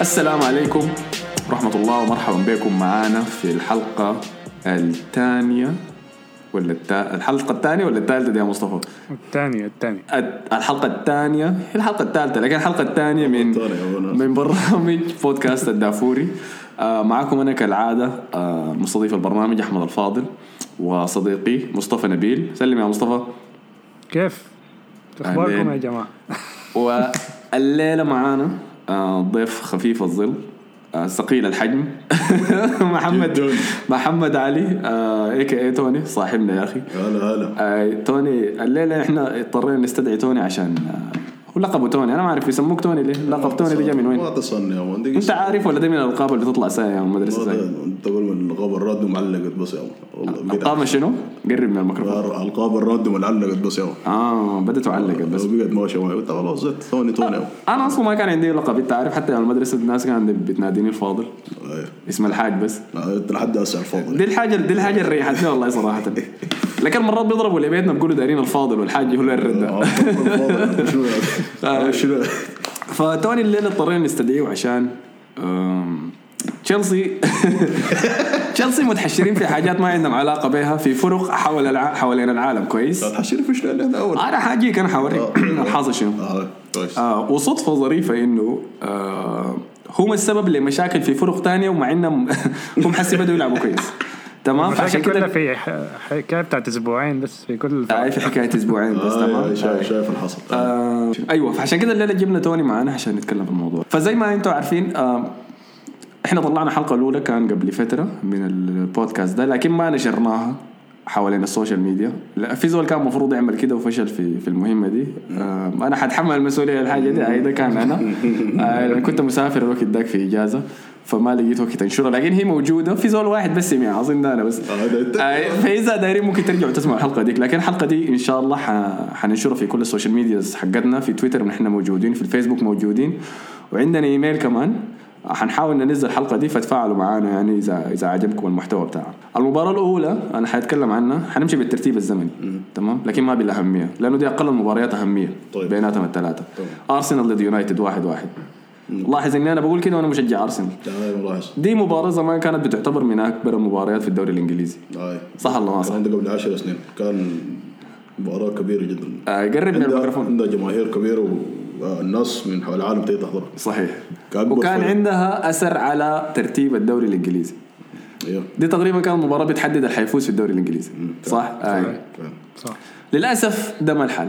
السلام عليكم ورحمة الله ومرحبا بكم معانا في الحلقة الثانية ولا التا... الحلقة الثانية ولا الثالثة دي يا مصطفى؟ الثانية الثانية الت- الحلقة الثانية الحلقة الثالثة لكن الحلقة الثانية من الثانية أول ناس. من برنامج بودكاست الدافوري آه معكم أنا كالعادة آه مستضيف البرنامج أحمد الفاضل وصديقي مصطفى نبيل سلم يا مصطفى كيف؟ أهلين. اخباركم يا جماعة؟ والليله معانا آه، ضيف خفيف الظل آه، ثقيل الحجم محمد جداً. محمد علي آه، اي كي اي توني صاحبنا يا اخي هلا هلا آه، توني الليله احنا اضطرينا نستدعي توني عشان آه، هو لقبه توني انا ما اعرف يسموك توني ليه آه، لقب توني ده جاي من ما وين تصلني يا مان انت عارف ولا ده من الالقاب اللي تطلع ساعه يا مدرسه سايا؟ انت تقول من القاب الراد معلقت بس يا مان. والله بقت- القاب شنو؟ قرب من الميكروفون القاب الراد معلقت بس يا مان. اه بدت معلقه بس بقت ماشيه معي قلت خلاص زدت ثوني ثوني يا مان. انا اصلا ما كان عندي لقب انت عارف حتى يوم المدرسه الناس كانت بتناديني الفاضل أيه. اسم الحاج بس آه، انت لحد هسه الفاضل دي الحاجه دي الحاجه اللي ريحتني والله صراحه لكن مرات بيضربوا اللي بيتنا بيقولوا دارين الفاضل والحاج هو اللي الرد آه، الفاضل. شنو آه. يعني؟ شنو فتوني الليله اضطرينا نستدعيه عشان أم، تشيلسي تشيلسي متحشرين في حاجات ما عندهم علاقه بها في فرق حول الع... حوالين العالم كويس تحشرني في شنو انا اول انا حاجي كان حوريك آه، إيه، الحاصل شنو آه، كويس آه وصدفة ظريفة انه آه هم السبب لمشاكل في فرق تانية ومع انهم هم حسي بدوا يلعبوا كويس تمام فعشان عشان كده كلها في ح- حكاية بتاعت اسبوعين بس في كل الف- آه، في حكاية اسبوعين بس آه، تمام شايف شايف الحصل آه، ايوه فعشان كده الليله جبنا توني معانا عشان نتكلم في الموضوع فزي ما انتم عارفين آه، احنا طلعنا حلقه الاولى كان قبل فتره من البودكاست ده لكن ما نشرناها حوالين السوشيال ميديا لا في زول كان المفروض يعمل كده وفشل في في المهمه دي آه، انا حتحمل المسؤوليه الحاجه دي هاي ده كان انا آه، لأن كنت مسافر الوقت داك في اجازه فما لقيت وقت انشرها لكن هي موجوده في زول واحد بس سمعها اظن ده انا بس آه، ده أنت. آه، فاذا دايرين ممكن ترجعوا تسمعوا الحلقه ديك لكن الحلقه دي ان شاء الله ح- حننشرها في كل السوشيال ميدياز حقتنا في تويتر نحن موجودين في الفيسبوك موجودين وعندنا ايميل كمان حنحاول ننزل الحلقه دي فتفاعلوا معانا يعني اذا اذا عجبكم المحتوى بتاعها. المباراه الاولى انا حاتكلم عنها حنمشي بالترتيب الزمني تمام لكن ما بالاهميه لانه دي اقل المباريات اهميه طيب. بيناتهم الثلاثه ارسنال ضد يونايتد واحد واحد لاحظ اني انا بقول كده وانا مشجع ارسنال آه، ملاحظ دي مباراه زمان كانت بتعتبر من اكبر المباريات في الدوري الانجليزي آه. صح الله ما صح الكلام ده قبل 10 سنين كان مباراة كبيرة جدا آه، قرب من عندها- الميكروفون عندها جماهير كبيرة والناس من حول العالم تيجي تحضرها صحيح كان وكان بوفر. عندها اثر على ترتيب الدوري الانجليزي ايوه دي تقريبا كانت مباراه بتحدد اللي حيفوز في الدوري الانجليزي صح؟ آه. فعلا. صح للاسف ده ما الحل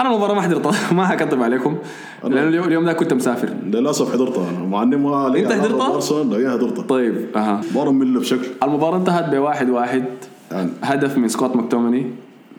انا المباراه ما حضرتها ما حكذب عليكم لانه اليوم, اليوم ده كنت مسافر للاسف حضرتها انا مع اني ما لي أنت علاقة حضرتها؟ بأرسنال، لكن حضرتها طيب اها مباراة مملة بشكل المباراه انتهت بواحد واحد يعني هدف من سكوت ماكتوميني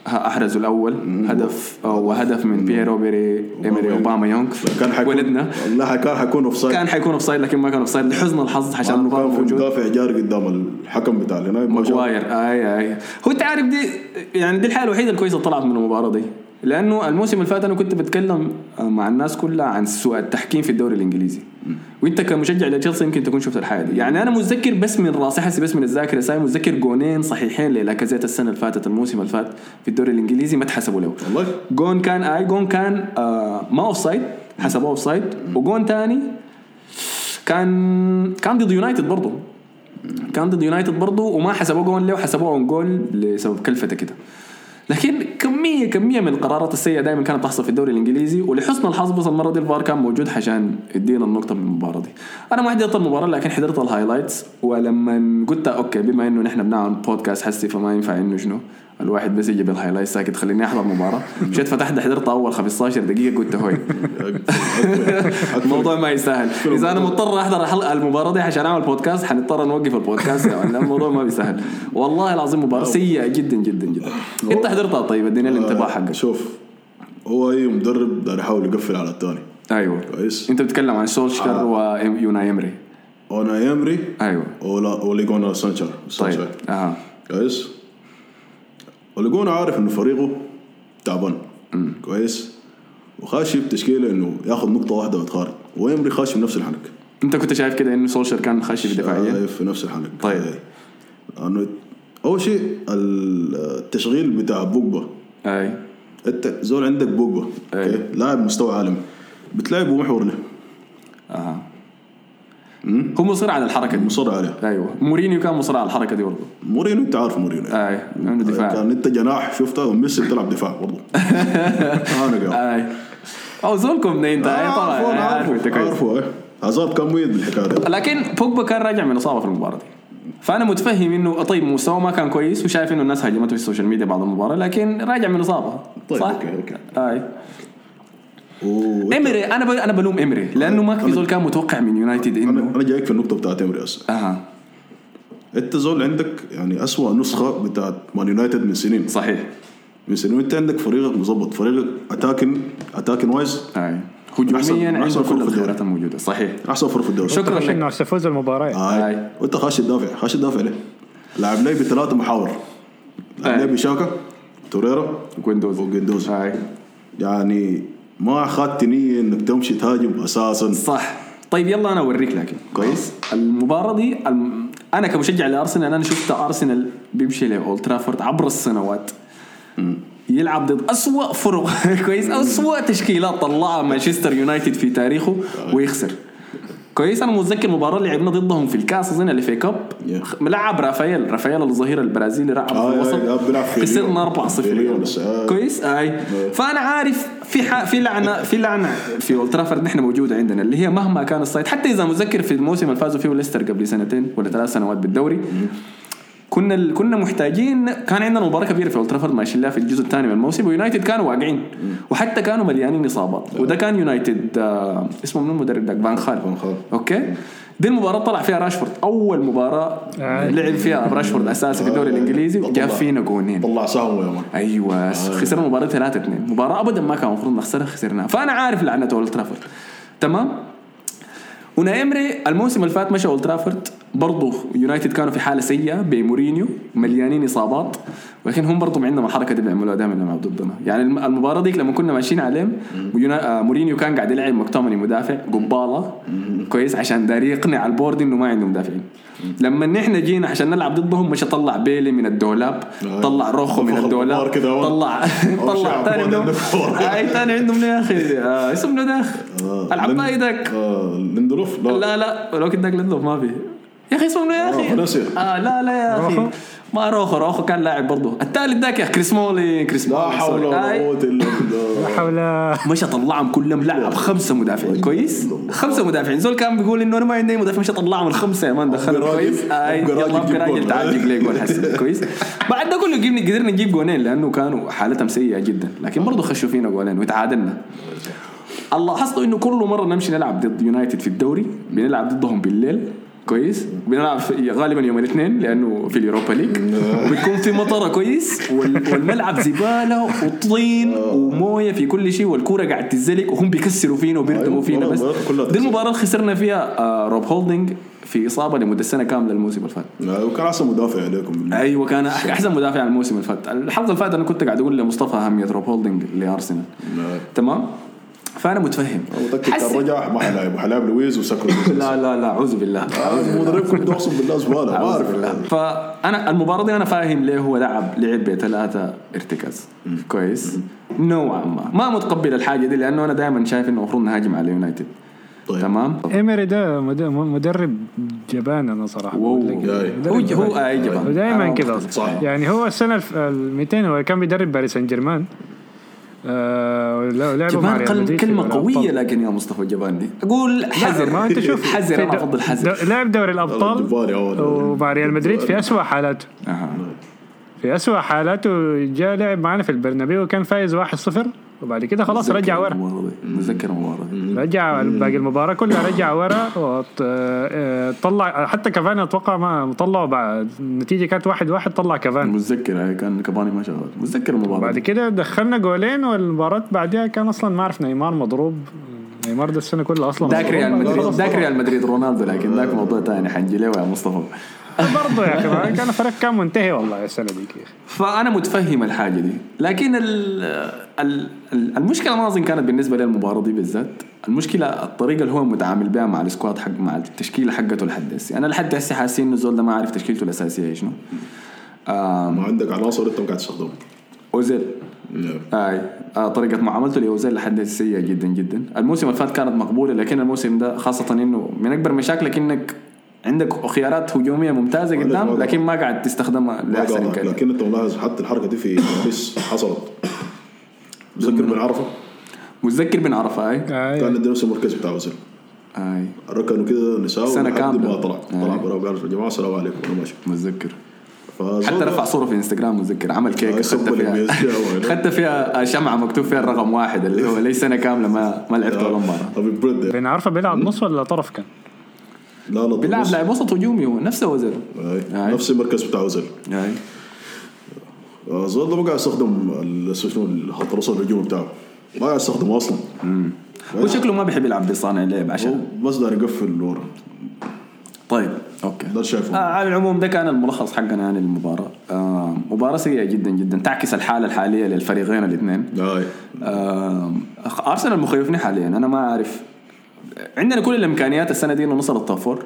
ه- احرزوا الاول هدف وهدف من بييرو بيري ايميري اوباما يونغ كان حيكون ولدنا لا كان حيكون اوف سايد كان حيكون اوفسايد لكن ما كان اوفسايد لحزن الحظ عشان كان المباراه في موجود مدافع جاري قدام الحكم بتاع الهناية ما شاء الله. ماجواير اي اي هو انت عارف دي يعني دي الحاله الوحيده الكويسه اللي طلعت من المباراه دي لانه الموسم اللي فات انا كنت بتكلم آه، مع الناس كلها عن سوء التحكيم في الدوري الانجليزي وانت كمشجع لتشيلسي يمكن تكون شفت الحاله دي يعني انا متذكر بس من راسي حسي بس من الذاكره ساي متذكر جونين صحيحين للاكازيت السنه اللي فاتت الموسم اللي فات في الدوري الانجليزي ما اتحسبوا له والله جون كان اي جون كان آه ما اوف سايد حسبوه اوف سايد وجون تاني كان كان ضد يونايتد برضه كان ضد يونايتد برضه وما حسبوه جون له وحسبوه اون جول لسبب كلفته كده لكن كمية كمية من القرارات السيئة دائما كانت تحصل في الدوري الانجليزي ولحسن الحظ بس المرة دي الفار كان موجود عشان يدينا النقطة من المباراة دي. أنا ما حضرت المباراة لكن حضرت الهايلايتس ولما قلت اوكي بما انه نحن بنعمل بودكاست حسي فما ينفع انه شنو الواحد بس يجي بالهايلايت ساكت خليني احضر مباراة مشيت فتحت حضرت اول 15 دقيقة قلت هوي الموضوع ما يستاهل اذا انا مضطر احضر الحلقه المباراه دي عشان اعمل بودكاست حنضطر نوقف البودكاست لان الموضوع ما بيسهل والله العظيم مباراه سيئه جدا جدا جدا انت حضرتها طيب اديني الانطباع حقك آه، شوف هو اي مدرب داير يحاول يقفل على الثاني ايوه كويس. آه. انت بتتكلم عن سولشكر ويوناي امري انا يمري ايوه ولا اولي جونر سانشر طيب اها كويس ولقونا عارف انه فريقه تعبان كويس وخاشي بتشكيله انه ياخذ نقطه واحده ويتخارج ويمري خاشي بنفس الحنك انت كنت شايف كده انه سولشر كان خاشي بدفاعيه شايف في نفس الحنك طيب. هاي. لانه اول شيء التشغيل بتاع بوجبا أيوة. اي انت زول عندك بوجبا أي. أوكي؟ لاعب مستوى عالمي بتلعبه محور له اها هو مصر على الحركه دي مصر عليه ايوه مورينيو كان مصر على الحركه دي برضه مورينو انت عارف مورينو اي عنده آه، دفاع آه، كان انت جناح شفته ميسي بتلعب دفاع برضه انا قاعد اي او زولكم ده انت اي طبعا عارفه أي، عارف انت عارفه كويس عارفه إيه. عذاب كان ميت بالحكايه دي لكن بوجبا كان راجع من اصابه في المباراه دي فانا متفهم انه طيب مستواه ما كان كويس وشايف انه الناس هاجمته في السوشيال ميديا بعد المباراه لكن راجع من اصابه طيب، صح؟ أوكي، أوكي. اي و- امري انا ب... انا بلوم امري لانه ما في زول كان متوقع من يونايتد انا انه انا جايك في النقطه بتاعت امري هسه اها انت زول عندك يعني اسوء نسخه بتاعت مان يونايتد من سنين صحيح من سنين انت عندك فريقك مظبط فريقك اتاكن اتاكن وايز اي أحسن- هجوميا أحسن عنده فرق كل في الخيارات الدوري. الموجوده صحيح احسن فرق في الدوري شكرا خش انه لك هسه فوز المباراة هاي. هاي وانت خاش تدافع خاش تدافع ليه؟ لاعب ليه بثلاثه محاور لاعب هاي. ليه بشاكا توريرا جويندوز وجندوز هاي يعني ما اخذت نيه انك تمشي تهاجم اساسا صح طيب يلا انا اوريك لكن كويس المباراه دي الم... انا كمشجع لارسنال انا شفت ارسنال بيمشي لاولد ترافورد عبر السنوات يلعب ضد أسوأ فرق كويس أسوأ تشكيلات طلعها مانشستر يونايتد في تاريخه ويخسر كويس انا متذكر مباراه اللي لعبنا ضدهم في الكاس اظن اللي في كاب Yeah. خ- لعب رافائيل رافائيل الظهير البرازيلي لعب آه، في آه، آه، بيلعب الوسط في كسبنا ريو. 4 في 0 ريو بس، آه. كويس اي فانا عارف في ح... في لعنه في لعنه في اولد ترافورد نحن موجوده عندنا اللي هي مهما كان الصيد حتى اذا متذكر في الموسم اللي فازوا فيه ليستر قبل سنتين ولا ثلاث سنوات بالدوري كنا ال... كنا محتاجين كان عندنا مباراه كبيره في اولد ترافورد ماشيين لها في الجزء الثاني من الموسم ويونايتد كانوا واقعين وحتى كانوا مليانين اصابات وده كان يونايتد آه... اسمه من المدرب داك فان خال فان خال. اوكي دي المباراه طلع فيها راشفورد اول مباراه آه. لعب فيها راشفورد اساسي في الدوري الانجليزي وجاب فينا جونين آه، طلع سهم يا مان ايوه خسرنا مباراه 3 2 مباراه ابدا ما كان المفروض نخسرها خسرناها فانا عارف لعنه اولد ترافورد تمام ونايمري الموسم اللي فات مشى اولد ترافورد برضه يونايتد كانوا في حاله سيئه بمورينيو مليانين اصابات ولكن هم برضه عندهم الحركه دي بيعملوها دائما لما يلعبوا ضدنا يعني الم- المباراه ديك لما كنا ماشيين عليهم ويونا... آه، مورينيو كان قاعد يلعب مكتومني مدافع قباله كويس عشان داري يقنع البورد انه ما عنده مدافعين لما نحن جينا عشان نلعب ضدهم مش طلع بيلي من الدولاب آه. طلع روخو من فخ الدولاب الأنوار كده أهو. طلع أول شيء طلع عبود ثاني منهم عندك فور. اي ثاني عندهم يا اخي آه، اسمه داخ آه، العطاي لن- داك آه، لندروف أيوه. لا لا ولكن داك لندوف ما في يا اخي اسمه يا روخو اخي نسي. آه لا لا يا اخي روخو؟ ما روخو روخو كان لاعب برضه الثالث داك يا اخي كريس مولي كريس آه، لا مولي، حول ولا آي. قوه الا بالله لا حول مشى طلعهم كلهم لعب خمسه مدافعين كويس خمسه مدافعين زول كان بيقول انه انا ما عندي أي مدافع مشى طلعهم الخمسه يا مان دخل أبقى راجل، كويس اي أبقى راجل يلا ابقى جيب راجل جول. تعال جيب لي جول حسن كويس بعد ده كله جبنا قدرنا نجيب جولين لانه كانوا حالتهم سيئه جدا لكن برضه خشوا فينا جولين وتعادلنا الله لاحظته انه كل مره نمشي نلعب ضد يونايتد في الدوري بنلعب ضدهم بالليل كويس بنلعب في غالبا يوم الاثنين لانه في اليوروبا ليج وبيكون في مطره كويس وال- والملعب زباله وطين آه. ومويه في كل شيء والكوره قاعد تتزلق وهم بيكسروا فينا وبيردموا أيوة، فينا والله بس المباراة كلها دي المباراه اللي خسرنا فيها آه، روب هولدنج في اصابه لمده سنه كامله الموسم اللي فات لا، آه، وكان احسن مدافع عليكم بالله. ايوه كان أح- احسن مدافع على الموسم اللي فات الحلقه اللي فاتت انا كنت قاعد اقول لمصطفى اهميه روب هولدنج لارسنال لا. تمام فانا متفهم أنا متاكد كان حسن- رجع ما حلاعب حلاعب لويز وسكر لا لا لا اعوذ بالله مدربكم ده اقسم بالله زباله ما اعوذ اعرف بالله فانا المباراه دي انا فاهم ليه هو لعب لعب بثلاثه ارتكاز كويس نوعا ما ما متقبل الحاجه دي لانه انا دائما شايف انه المفروض نهاجم على يونايتد طيب. تمام ايمري ده مد- مدرب جبان انا صراحة واو. آه، بقول لك. جاي. هو هو اي جبان ودائما كده مختلف. صح. يعني هو السنه الف- ال 200 هو كان بيدرب باريس سان جيرمان آه ولعبوا مع جبان ريال قل- مدريد في كلمه دوري قويه الأبطال. لكن يا مصطفى جبان دي اقول حذر ما انت شوف حذر انا افضل حذر دو- لعب دوري الابطال الجبار يا ولد. ومع ريال مدريد في اسوء حالاته أها. في اسوء حالاته جاء لعب معنا في البرنابيو وكان فايز 1-0 وبعد كده خلاص رجع ورا المباراة دي. متذكر المباراه دي. رجع باقي المباراه كلها رجع ورا وط- آه، طلع حتى كافاني اتوقع ما طلعه بعد النتيجه كانت 1-1 طلع كافاني متذكر أي، كان كباني ما شغال متذكر المباراه بعد دي. كده دخلنا جولين والمباراة بعدها كان اصلا ما عرف نيمار مضروب نيمار ده السنة كلها اصلا داك مضروب. ريال خلاص مدريد طبعا. داك ريال مدريد رونالدو لكن داك موضوع ثاني حنجي له يا مصطفى برضه يا اخي ما كان الفريق كان منتهي والله السنة ديك يا اخي فانا متفهم الحاجه دي لكن ال ال ال- المشكله ما اظن كانت بالنسبه للمباراه دي بالذات المشكله الطريقه اللي هو متعامل بها مع السكواد حق مع التشكيله حقته لحد هسه انا لحد هسه حاسس انه زول ده ما عارف تشكيلته الاساسيه شنو آم، ما عندك عناصر انت ما قاعد تستخدمها اوزيل نعم. اي آه طريقه معاملته لاوزيل لحد هسه سيئه جدا جدا الموسم اللي فات كانت مقبوله لكن الموسم ده خاصه انه من اكبر مشاكلك انك عندك خيارات هجوميه ممتازه وعندك قدام وضع. لكن ما قاعد تستخدمها لاحسن واقع امكانيات لكن انت ملاحظ حتى الحركه دي في باريس حصلت متذكر من عرفه متذكر بن عرفه اي آه. كان ده نفس المركز بتاع وزير اي ركنوا كده نساء سنة لحد كاملة. ما طلع طلع آه. برا وقال يا جماعه السلام عليكم انا ماشي متذكر فزود- حتى رفع صوره في انستغرام متذكر عمل كيك آه، خدت يسبوا فيها الإنجليز فيها وين. خدت فيها شمعه مكتوب فيها الرقم واحد اللي هو لي سنه كامله ما ما لعبت ولا مره طب البرد ده. بن عرفه بيلعب نص ولا طرف كان؟ لا لا بيلعب آه. بص. لاعب وسط هجومي هو نفسه وزير آه. آه. نفس المركز بتاع وزير اي آه، زود ده ما قاعد يستخدم ال- شنو الخط الوسط الهجومي بتاعه ما قاعد يستخدمه اصلا هو شكله ما بيحب يلعب بصانع لعب عشان هو بس ده يقفل ورا طيب اوكي ده شايفه آه على العموم ده كان الملخص حقنا عن المباراة آه مباراة سيئة جدا جدا تعكس الحالة الحالية للفريقين الاثنين آه. آه أرسنال مخيفني حاليا أنا ما أعرف عندنا كل الإمكانيات السنة دي إنه نوصل التوب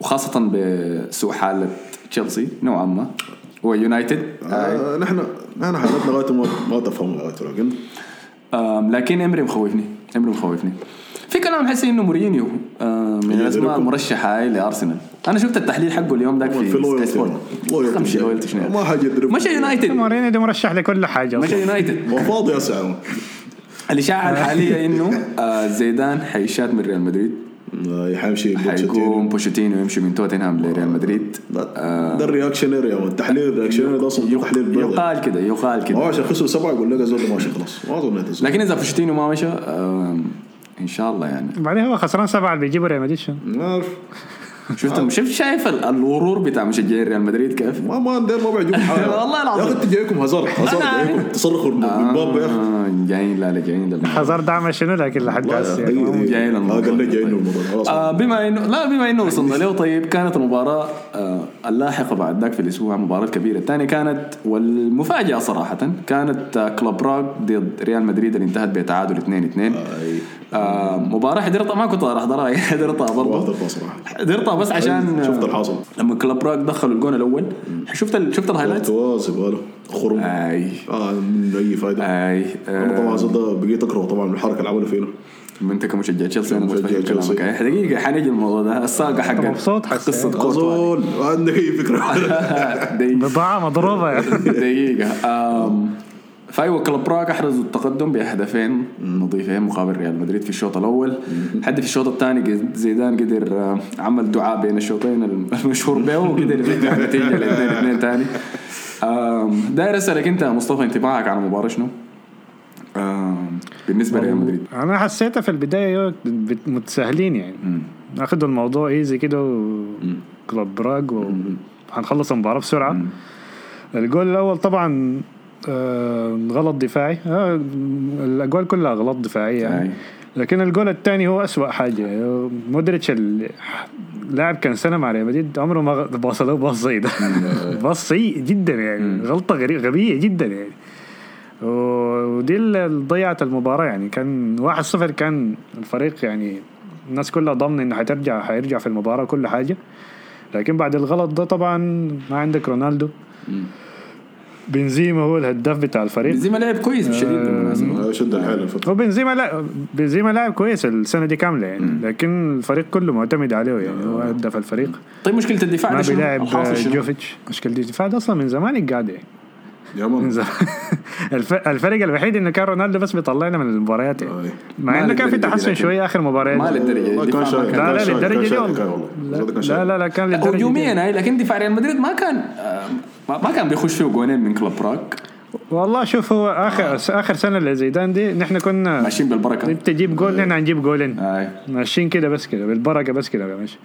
وخاصة بسوء حالة تشيلسي نوعا ما ويونايتد آه. آه. نحن نحن حالتنا غايته ما, ما تفهم غايته لكن آه لكن إمري مخوفني إمري مخوفني في كلام حسي انه مورينيو آه من الاسماء يدركه. المرشحه هاي لارسنال انا شفت التحليل حقه اليوم ذاك في, في سكاي لويالتي سبورت خمسة لويالتي شنو ما حاجه يدرب مشى يونايتد مورينيو ده مرشح لكل حاجه مشى أصلاً. يونايتد ما فاضي يا سعود الاشاعه الحاليه انه آه، زيدان حيشات من ريال مدريد آه، حيمشي بوتشيتينو. حيقوم بوشيتينو يمشي من توتنهام لريال مدريد لا، آه. ده الرياكشنري يا مان. التحليل الرياكشنري ده اصلا تحليل بيضاء يقال كده يقال ما كده هو عشان خسروا سبعه يقول لك الزول ده ماشي خلاص ما اظن يتزول لكن اذا بوشيتينو ما مشى آه، ان شاء الله يعني بعدين هو خسران سبعه اللي بيجيبوا ريال مدريد شنو؟ ما عارف شفت شفت شايف ال- الورور بتاع مشجعين ريال مدريد كيف؟ ما ما ده ما بيعجبهم حاجه والله العظيم. يا اخي انت جايكم هزار هزار أنا جايكم تصرخوا من من باب يا اخي آه، جايين لا لا جايين للموضوع. حزار دعم شنو لكن لحد آه. هسه يعني. جايين للموضوع. إيه، قال لك جايين الموضوع خلاص آه بما انه لا بما انه وصلنا له طيب كانت المباراه آه اللاحقه بعد ذاك في الاسبوع المباراه الكبيره الثانيه كانت والمفاجاه صراحه كانت آه كلوب راج ضد ريال مدريد اللي انتهت بتعادل 2 2 آه، آه مباراه حضرتها ما كنت احضرها حضرتها ما برضه احضرتها صراحه حضرتها بس عشان آه، شفت الحاصل لما كلوب راج دخلوا الجون الاول شفت ال- شفت الهايلايت تواصل باله خرم اي اه من اي فايده اي انا طبعا آه الزول ده بقيت اكره طبعا من الحركه اللي عملوا فينا انت كمشجع تشيلسي انا كمشجع متفهم تشيلسي. كلامك أي، دقيقه حنيجي الموضوع ده الساقه حق مبسوط حسي. قصه كورتوا ازول ما عندك اي آه. فكره دقيقة. بضاعه مضروبه يعني. دقيقة أم، فايوه كلوب براغ احرزوا التقدم بهدفين نظيفين مقابل ريال مدريد في الشوط الاول حد في الشوط الثاني زيدان قدر آه، عمل دعاء بين الشوطين المشهور به وقدر يرجع النتيجة لاثنين اثنين ثاني داير اسالك انت يا مصطفى انطباعك عن المباراة شنو؟ آم، بالنسبة لريال مدريد انا حسيتها في البدايه يو- بت- متساهلين يعني اخذوا الموضوع ايزي كده وكلوب براج وهنخلص المباراه بسرعه الجول الاول طبعا آه، غلط دفاعي آه، الاجوال كلها غلط دفاعيه أي. يعني لكن الجول الثاني هو أسوأ حاجه مودريتش ال- لاعب كان سنه مع ريال مدريد عمره ما غ- باص له باص زي ده باص سيء جدا يعني غلطه غري- غبيه جدا يعني و- ودي اللي ضيعت المباراة يعني كان واحد صفر كان الفريق يعني الناس كلها ضامن انه حترجع حيرجع في المباراة كل حاجة لكن بعد الغلط ده طبعا ما عندك رونالدو بنزيما هو الهداف بتاع الفريق بنزيما لعب كويس بشديد بالمناسبة آه، شد الحيل الفتره هو بنزيما لا بنزيما لاعب كويس السنة دي كاملة يعني لكن الفريق كله معتمد عليه يعني هو هداف الفريق طيب مشكلة الدفاع ما ده آه، آه. شنو؟ بيلاعب الحاصل شنو؟ جوفيتش مشكلة الدفاع ده اصلا من زمان قاعد يعني يا مان من زمان الف- الفرق الوحيد انه كان رونالدو بس بيطلعنا من المباريات يعني آه. مع ما انه كان في للدرجة دي تحسن لكن. شويه اخر مباريات ما للدرجة دي. والله الدفاع كان ما كان- لا شايك كان لا شايك، للدرجه كان دي شايك، والله كان والله. الزول ده كان لا شايك. لا لا كان لا، للدرجه دي. هجوميا هاي لكن دفاع ريال مدريد ما كان آه، ما ما كان بيخش فيه جونين من كلوب براغ والله شوف هو اخر آه. اخر سنه لزيدان دي نحن كنا ماشيين بالبركه انت تجيب جول نحن هنجيب جولين اي ماشيين كده بس كده بالبركه بس كده ماشي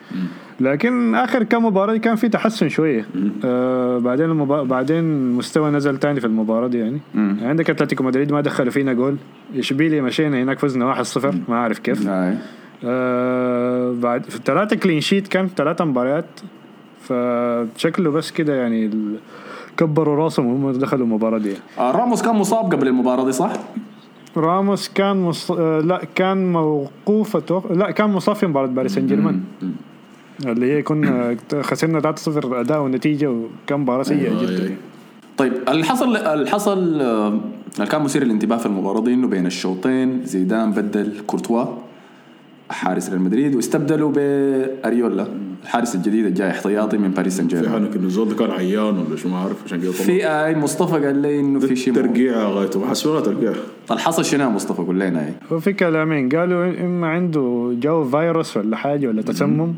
لكن اخر كم مباراه كان في تحسن شويه آه بعدين المبا... بعدين المستوى نزل تاني في المباراه دي يعني عندك اتلتيكو مدريد ما دخلوا فينا جول اشبيليا مشينا هناك فزنا 1-0 ما عارف كيف اي آه بعد في الثلاثة كلين شيت كان ثلاثة مباريات فشكله بس كده يعني ال- كبروا راسهم وهم دخلوا المباراة دي آه، راموس كان مصاب قبل المباراه دي صح؟ راموس كان مص... آه لا كان موقوف أتوق... لا كان مصاب في مباراة باريس سان جيرمان اللي هي كنا خسرنا 3-0 أداء ونتيجة وكان مباراة سيئة آه، جدا أي. طيب اللي حصل اللي حصل آه، اللي كان مثير للانتباه في المباراه دي انه بين الشوطين زيدان بدل كورتوا حارس ريال مدريد واستبدلوا باريولا الحارس الجديد الجاي احتياطي من باريس سان في جيرمان حالك انه الزول ده كان عيان ولا شو ما عارف عشان كده طلع في اي مصطفى قال لي انه في شيء مو- ترقيع غايته بحسبها ترقيع طب حصل شنو يا مصطفى قول لنا ايه وفي كلامين قالوا اما عنده جو فيروس ولا حاجه ولا تسمم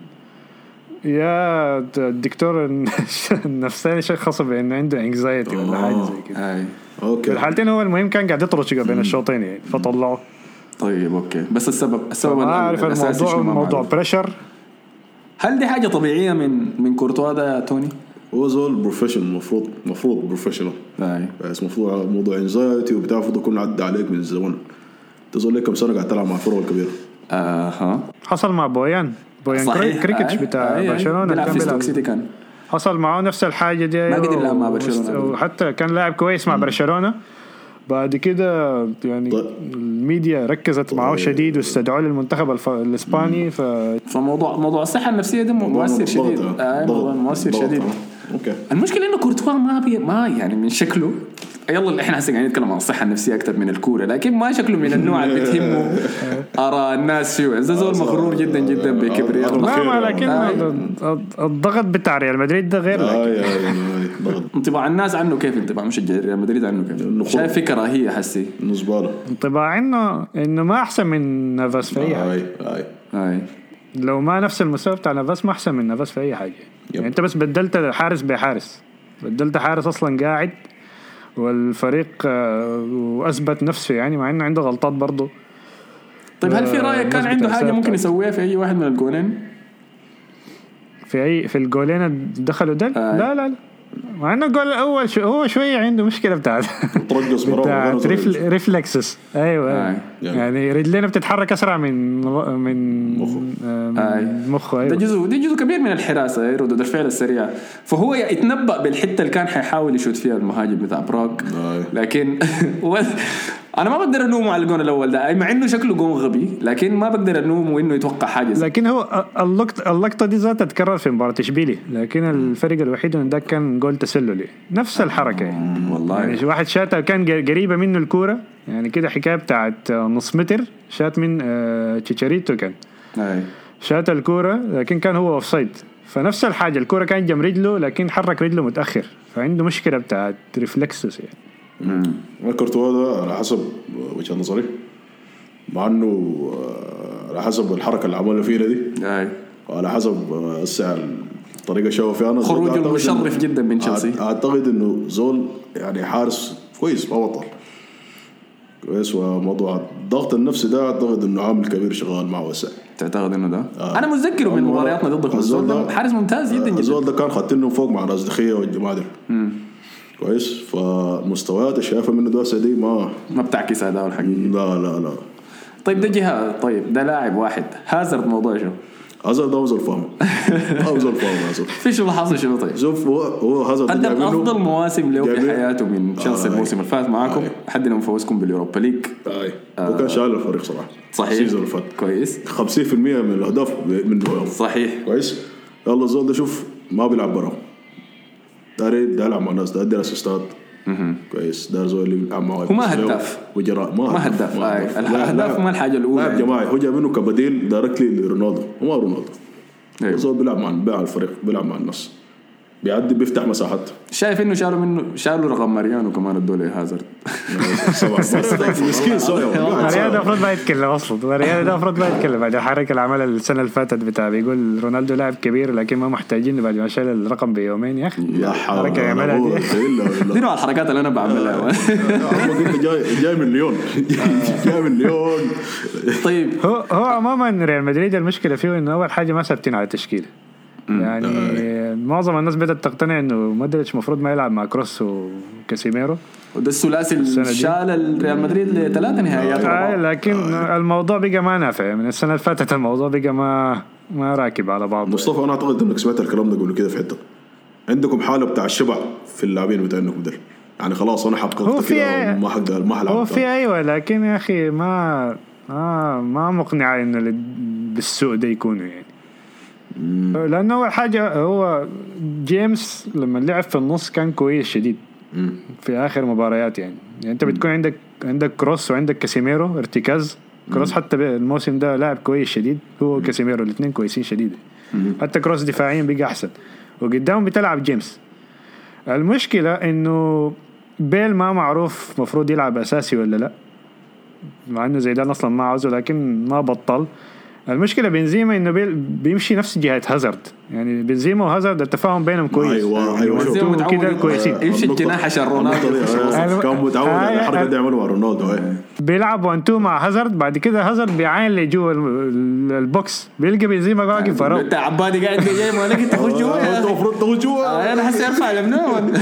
يا الدكتور النفساني شخصه بانه عنده انكزايتي ولا حاجه زي كده هاي في اوكي الحالتين هو المهم كان قاعد يطرش كده بين الشوطين يعني فطلعوه طيب اوكي بس السبب السبب طيب، ما الأ- اعرف الأساسي الموضوع شنو ما موضوع معروف. بريشر هل دي حاجه طبيعيه من من كورتوا ده يا توني؟ هو زول بروفيشنال المفروض المفروض بروفيشنال هاي بس المفروض موضوع انزايتي وبتاع المفروض يكون عدى عليك من زمان انت زول لك كم سنه قاعد تلعب مع الفرق الكبيره اها حصل مع بويان بويان آه، كري- كريكيتش هاي. بتاع هاي. برشلونه أيوة. بيلعب كان في ستوك بيلعب سيتي كان حصل معاه نفس الحاجه دي ما قدر يلعب مع و- برشلونة. وحتى كان لاعب كويس مع برشلونه بعد كده يعني طيب. الميديا ركزت معاه شديد واستدعوه للمنتخب الف... الاسباني ف فموضوع موضوع الصحه النفسيه ده مؤثر شديد ضغط، آه، ضغط، موضوع مؤثر ضغط، شديد آه. اوكي المشكله انه كورتوا ما بي ما يعني من شكله يلا احنا هسه قاعدين نتكلم عن الصحه النفسيه اكثر من الكوره لكن ما شكله من النوع اللي بتهمه اراء الناس فيه زي آه، زول مغرور جدا جدا بكبر يلا لا خير ما والله. لكن آه. الضغط بتاع ريال مدريد ده غير لك. اي اي اي ضغط انطباع الناس عنه كيف انطباع مشجعي ريال مدريد عنه إنه كيف خرق. شايف فكره هي حسي نزباله انطباع انه انه ما احسن من نافاس في اي حاجه اي اي هاي لو ما نفس المستوى بتاع نافاس ما احسن من نافاس في اي حاجه يعني انت بس بدلت حارس بحارس بدلت حارس اصلا قاعد والفريق آه، واثبت نفسه يعني مع انه عنده غلطات برضه طيب هل في آه، رايك كان مظبوط عنده حاجه أساساً. ممكن يسويها في اي واحد من الجولين؟ في اي في الجولين اللي دخلوا ده آه. لا لا لا مع انه الجول الاول شو هو شويه عنده مشكله بتاعت ترقص بتاع مراوغ ريفل- ريفلكسس ايوه آه. آه. يعني. يعني رجلينا بتتحرك اسرع من من مخه. آه، آه. من مخه ده ايوه جزء ده جزء كبير من الحراسه إيه، ردود الفعل السريعه فهو يتنبا بالحته اللي كان حيحاول يشوت فيها المهاجم بتاع براك أي. لكن و- انا ما بقدر الومه على الجون الاول ده أي مع انه شكله جون غبي لكن ما بقدر الومه انه يتوقع حاجه زي لكن هو اللقطه اللقطه دي ذاتها تتكرر في مباراه اشبيلي لكن الفرق الوحيد ان ده كان جول تسللي نفس الحركه آه. يعني والله يعني واحد شاتها كان قر- قريبه منه الكوره يعني كده حكايه بتاعت آه، نص متر شات من آه، تشيتشاريتو كان أي. شات الكوره لكن كان هو اوف سايد فنفس الحاجه الكوره كانت جنب رجله لكن حرك رجله متاخر فعنده مشكله بتاعت ريفلكسس يعني انا كورتوا ده على حسب وجهه نظري مع انه آه، على حسب الحركه اللي عملوا فينا دي أي. وعلى حسب آه، الساعه الطريقه شافوا فيها انا خروجه المشرف جدا من تشيلسي. أعت- اعتقد انه زول يعني حارس كويس ما بطل كويس وموضوع الضغط النفسي ده اعتقد انه عامل كبير شغال معه هسه تعتقد انه ده؟ انا متذكره من مبارياتنا ضدكم الزول ده حارس ممتاز جدا جدا الزول ده كان خاطينه فوق مع راس دخيه والجماعه دي كويس فمستويات الشايفه منه ده هسه دي ما ما بتعكس اداءه الحقيقي لا لا لا طيب ده جهه طيب ده لاعب واحد هازارد موضوع شو؟ هازر ده اوزر فاهم اوزر فاهم هازر في شو اللي حاصل شنو طيب؟ شوف هو هو هازر ده قدم جايبينه- افضل مواسم له في جايبين- حياته من تشيلسي آه. الموسم اللي فات معاكم آه. لحد لما فوزكم باليوروبا ليج اي آه، هو كان شايل الفريق صراحه آه. صحيح السيزون اللي فات كويس 50% من الاهداف منه هو. صحيح كويس يلا الزول ده شوف ما بيلعب برا داري ده يلعب مع ناس ده ادي اسيستات كويس ده زول اللي بيلعب معه وما هداف. وجراء ما ما هداف، آي. الأهداف لاعب- ما الحاجة الأولى لاعب يعني. جماعي هو جاي منه كبديل دايركتلي لرونالدو هو ما رونالدو أيوة. الزول بيلعب مع بيلعب الفريق بيلعب مع الناس بيعدي بيفتح مساحات شايف انه شالوا منه شالوا رقم ماريانو كمان ادوا له هازارد مسكين ريال ده صايع المفروض ما يتكلم اصلا ريال ده المفروض ما يتكلم بعد الحركه اللي عملها السنه اللي فاتت بتاع بيقول رونالدو لاعب كبير لكن ما محتاجين بعد ما شال الرقم بيومين يا اخي لا حول الحركه اللي ولا عملها قوة دي إلا بالله. دي نوع الحركات اللي انا بعملها آه. عم بقول جاي جاي من ليون جاي من ليون طيب هو هو عموما ريال مدريد المشكله فيه انه اول حاجه ما ثابتين على تشكيله يعني معظم الناس بدات تقتنع انه مودريتش المفروض ما يلعب مع كروس وكاسيميرو وده الثلاثي اللي السنة دي. شال ريال مدريد لثلاث نهائيات ورا آه بعض. لكن الموضوع بقى ما نافع من السنه اللي فاتت الموضوع بقى ما ما راكب على بعضه مصطفى انا اعتقد انك سمعت الكلام ده قبل كده في حته عندكم حاله بتاع الشبع في اللاعبين بتاعكم ده يعني خلاص انا هو حققت في كده ما حق ما حلعب هو في ايوه لكن يا اخي ما ما ما مقنعه انه لل- بالسوء ده يكونوا يعني لانه اول حاجه هو جيمس لما لعب في النص كان كويس شديد في اخر مباريات يعني يعني انت بتكون عندك عندك كروس وعندك كاسيميرو ارتكاز كروس حتى ب- الموسم ده لاعب كويس شديد هو وكاسيميرو الاثنين كويسين شديد حتى كروس دفاعيا بقى احسن وقدامهم بتلعب جيمس المشكله انه بيل ما معروف مفروض يلعب اساسي ولا لا مع انه زيدان اصلا ما عاوزه لكن ما بطل المشكله بنزيما انه بيل- بيمشي نفس جهه هازارد يعني بنزيما وهازارد التفاهم بينهم كويس أيوة، أيوة، شوف. شفتوهم كده متعود. كويسين آه. يمشي الجناح عشان رونالدو. أنا- كان متعود على آه، الحركه دي عملوا مع رونالدو إيه. أيوة. بيلعب وان تو مع هازارد بعد كده هازارد بيعاين لجوا ال- البوكس بيلقى بنزيما واقف وراه انت عبادي قاعد جاي ما لقيت تخش جوا آه، أيوة. يا أنت أخي. المفروض تخش جوا آه، انا حاسس يرفع لمنون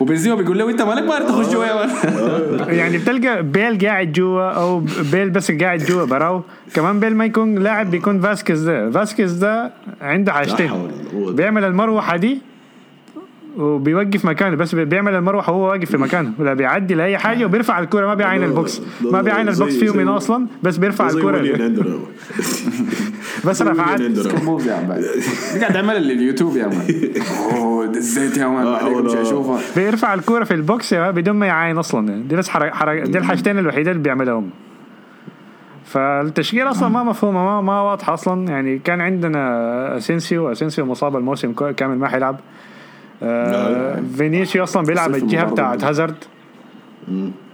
وبنزيما بيقول له انت مالك ما تخش جوا يا مان يعني بتلقى بيل قاعد جوا او بيل بس قاعد جوا براو كمان بيل ما يكون لاعب بيكون فاسكيز ده فاسكيز ده عنده حاجتين حول ولا قوة. بيعمل المروحه دي وبيوقف مكانه بس بي- بيعمل المروحه وهو واقف في مكانه ولا بيعدي لاي حاجه وبيرفع الكوره ما بيعاين لا، البوكس لا، ما لا، بيعاين البوكس زي- فيه زي- من اصلا بس بيرفع زي ويليان الكوره عندنا بس رفعات موف يا عبادي قاعد عمل اليوتيوب يا مان اوه دزيت يا مان ما عليكم شي اشوفها بيرفع الكوره في البوكس يا بدون ما يعاين اصلا يعني دي بس حركة حركة دي الحاجتين الوحيدين اللي بيعملهم فالتشكيل اصلا ما مفهومه ما, ما واضحه اصلا يعني كان عندنا اسينسيو اسينسيو مصاب الموسم كو- كامل ما حيلعب آه فينيسيو اصلا بيلعب أسينسيو الجهه مبرر بتاعت برضه. هازارد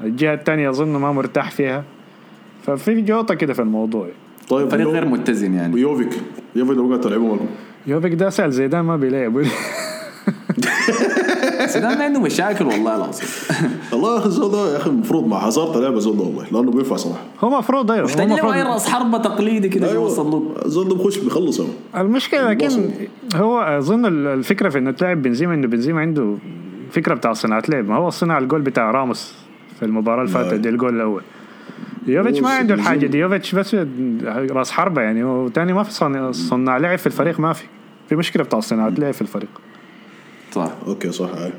الجهه الثانيه اظن ما مرتاح فيها ففي جوطه كده في الموضوع طيب فريق غير يو- متزن يعني يوفيك يوفيك لو قاعد تلعبوا معكم يوفيك ده سال زيدان ما بيلعب السودان ما عنده مشاكل والله العظيم والله يا اخي الزول ده يا اخي المفروض مع هازارد تلعب الزول ده والله لانه بينفع صراحه هو مفروض ايوه هو محتاج له اي مفروض راس حربه تقليدي كده أيوه. يوصل له الزول ده أيوة، بخش بيخلص هو. المشكله لكن وصل. هو اظن ال- الفكره في انه تلعب بنزيما انه بنزيما عنده فكره بتاع صناعه لعب ما هو صنع الجول بتاع راموس في المباراه اللي فاتت نعم. دي الجول الاول يوفيتش ما هو عنده بنزيما- الحاجه دي يوفيتش بس راس حربه يعني هو تاني ما في صن- صناع لعب في الفريق ما في في مشكله بتاع صناعه لعب في الفريق صح اوكي صح هاي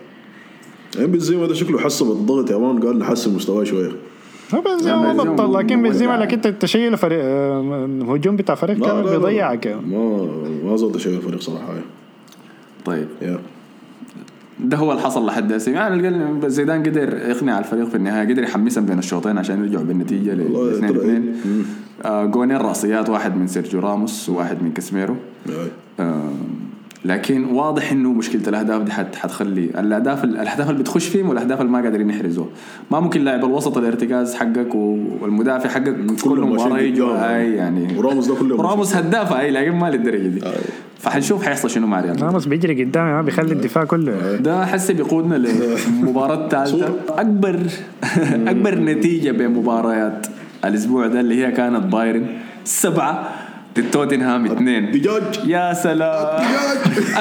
يعني بنزيما ده شكله حسن الضغط يا مان قال نحسن مستواه شويه هو بنزيما لا، ما بنزيما بطل لكن مولع. بنزيما لك انت تشيل فريق آه، الهجوم بتاع فريق لا، كامل لا، لا. بيضيعك يعني. ما ما زلت شيء الفريق صراحه هاي طيب يا. ده هو اللي حصل لحد هسه يعني القل- زيدان قدر يقنع الفريق في النهايه قدر يحمسهم بين الشوطين عشان يرجعوا بالنتيجه ل والله 2 ترى- إيه. 2 آه جونين راسيات واحد من سيرجيو راموس وواحد من كاسميرو هاي. آه لكن واضح انه مشكله الاهداف دي حت- حتخلي الاهداف الاهداف اللي بتخش فيهم والاهداف اللي ما قادرين يحرزوها ما ممكن لاعب الوسط الارتكاز حقك و- والمدافع حقك في كل كلهم مباراه ماشيين قدام. يجوا اي يعني وراموس ده كله راموس هداف اي لكن ما للدرجه دي أي. فحنشوف حيحصل شنو مع ريال مدريد. راموس بيجري قدامي ما بيخلي الدفاع كله ده حسي بيقودنا للمباراة الثالثة أكبر أكبر نتيجة بين مباريات الأسبوع ده اللي هي كانت بايرن سبعة ضد توتنهام اثنين دجاج يا سلام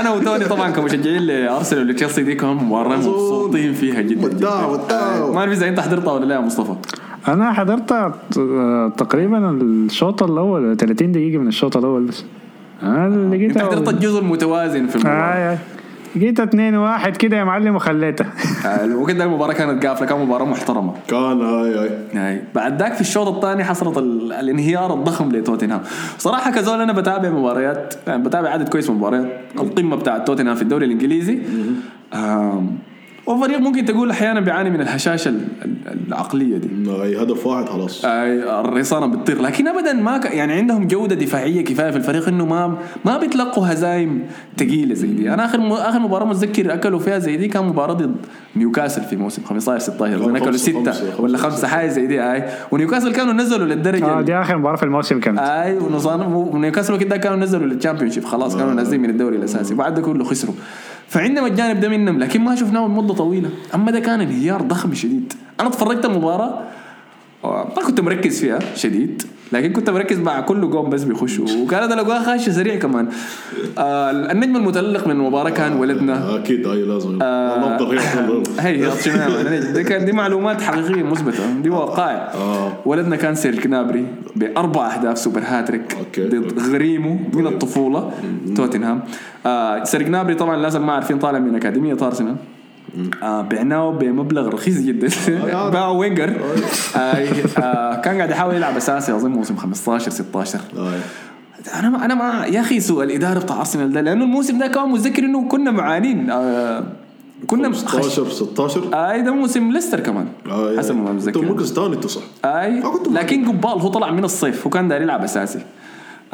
أنا وتوني طبعا كمشجعين لأرسنال ولتشيلسي دي كان مباراة مبسوطين فيها جدا جدا وداع ما وداع أعرف إذا أنت حضرتها ولا لا يا مصطفى انا حضرت آه، تقريبا الشوط الاول 30 دقيقه من الشوط الاول بس انا آه، أنت لقيتها حضرت الجزء المتوازن في المباراة آه، آه. لقيتها 2 1 كده يا معلم وخليتها آه، وكده المباراة كانت قافلة كان مباراة محترمة كان هاي هاي هاي بعد ذاك في الشوط الثاني حصلت ال- الانهيار الضخم لتوتنهام صراحه كزول انا بتابع مباريات يعني بتابع عدد كويس من مباريات القمه بتاعت توتنهام في الدوري الانجليزي آم، وفريق ممكن تقول احيانا بيعاني من الهشاشه ال- ال- العقليه دي هاي هدف واحد خلاص آه، آي، الريصانه بتطير لكن ابدا ما ك... يعني عندهم جوده دفاعيه كفايه في الفريق انه ما ما بيتلقوا هزايم ثقيله زي دي انا اخر م... اخر مباراه متذكر اكلوا فيها زي دي كان مباراه ضد نيوكاسل في موسم 15 16 كان اظن اكلوا خمسة- سته خمسة- ولا خمسة- خمسه حاجه زي دي هاي ونيوكاسل كانوا نزلوا للدرجه آه ال- دي اخر مباراه في الموسم كانت اي ونصان- ونيوكاسل كده كانوا نزلوا للشامبيون شيب خلاص كانوا نازلين من الدوري الاساسي بعد ده كله خسروا فعندنا الجانب ده منهم لكن ما شفناه مده طويله اما ده كان انهيار ضخم شديد انا اتفرجت المباراه آه، ما كنت مركز فيها شديد لكن كنت مركز مع كل جون بس بيخش وكانت الاجواء خاشه سريع كمان آه النجم المتالق من المباراه كان ولدنا آه، اكيد آه، هاي لازم والله افضل رياضة. هي يا شنو يا مان؟ دي كان دي معلومات حقيقيه مثبته دي وقائع آه. ولدنا كان سير كنابري باربع اهداف سوبر هاتريك أوكي. طيب. ضد غريمه من الطفوله توتنهام آه سير كنابري طبعا لازم ما عارفين طالع من اكاديميه ارسنال آه بعناه بمبلغ رخيص جدا آه. باعوا وينجر آه آه كان قاعد يحاول يلعب اساسي اظن موسم 15 16 هاي. انا ما انا ما يا اخي سوء الاداره بتاع ارسنال ده لانه الموسم ده كان متذكر انه كنا معانين آه كنا مخش... 16 16 اي ده موسم ليستر كمان آه، آه، حسب ما انت متذكر مركز ثاني انت صح اي آه، كنت لكن قبال هو طلع من الصيف وكان داير يلعب اساسي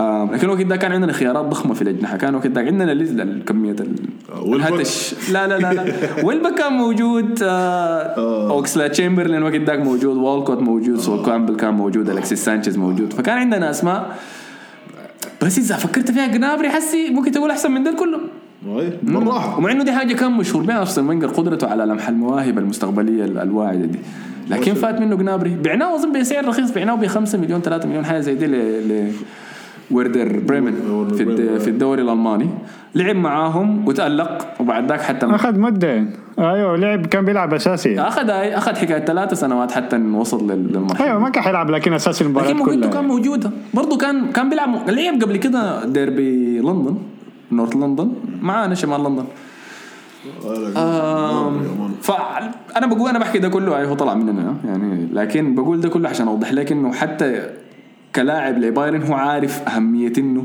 آه لكن وقت ده كان عندنا خيارات ضخمه في الاجنحه كان وقت ده عندنا لز- كميه ال- آه، ويلبك. الهتش لا لا لا لا ويلبك كان موجود آه اوكسلا تشامبرلين وقت ذاك موجود والكوت موجود آه. سول كامبل كان موجود الكسيس سانشيز موجود فكان عندنا اسماء بس اذا فكرت فيها جنابري حسي ممكن تقول احسن من دول كلهم أي، بالراحه ومع انه دي حاجه كان مشهور بها ارسنال وينجر قدرته على لمح المواهب المستقبليه ال- الواعده دي لكن فات منه جنابري بعناه اظن بسعر رخيص بعناه ب 5 مليون 3 مليون حاجه زي دي ل ل- ويردر بريمن ويردر في الد- بريمن. في الدوري الالماني لعب معاهم وتالق وبعد ذاك حتى اخذ مده ايوه لعب كان بيلعب اساسي اخذ اخذ حكايه ثلاثة سنوات حتى إنه وصل لل- للمرحله ايوه ما كان حيلعب لكن اساسي المباراه لكن مواجهته كان كلها موجوده برضه كان كان بيلعب لعب قبل كده ديربي لندن نورث لندن معانا شمال لندن آه، آه، فانا بقول انا بحكي ده كله أي هو طلع مننا يعني لكن بقول ده كله عشان اوضح لك انه حتى كلاعب لبايرن هو عارف اهميه انه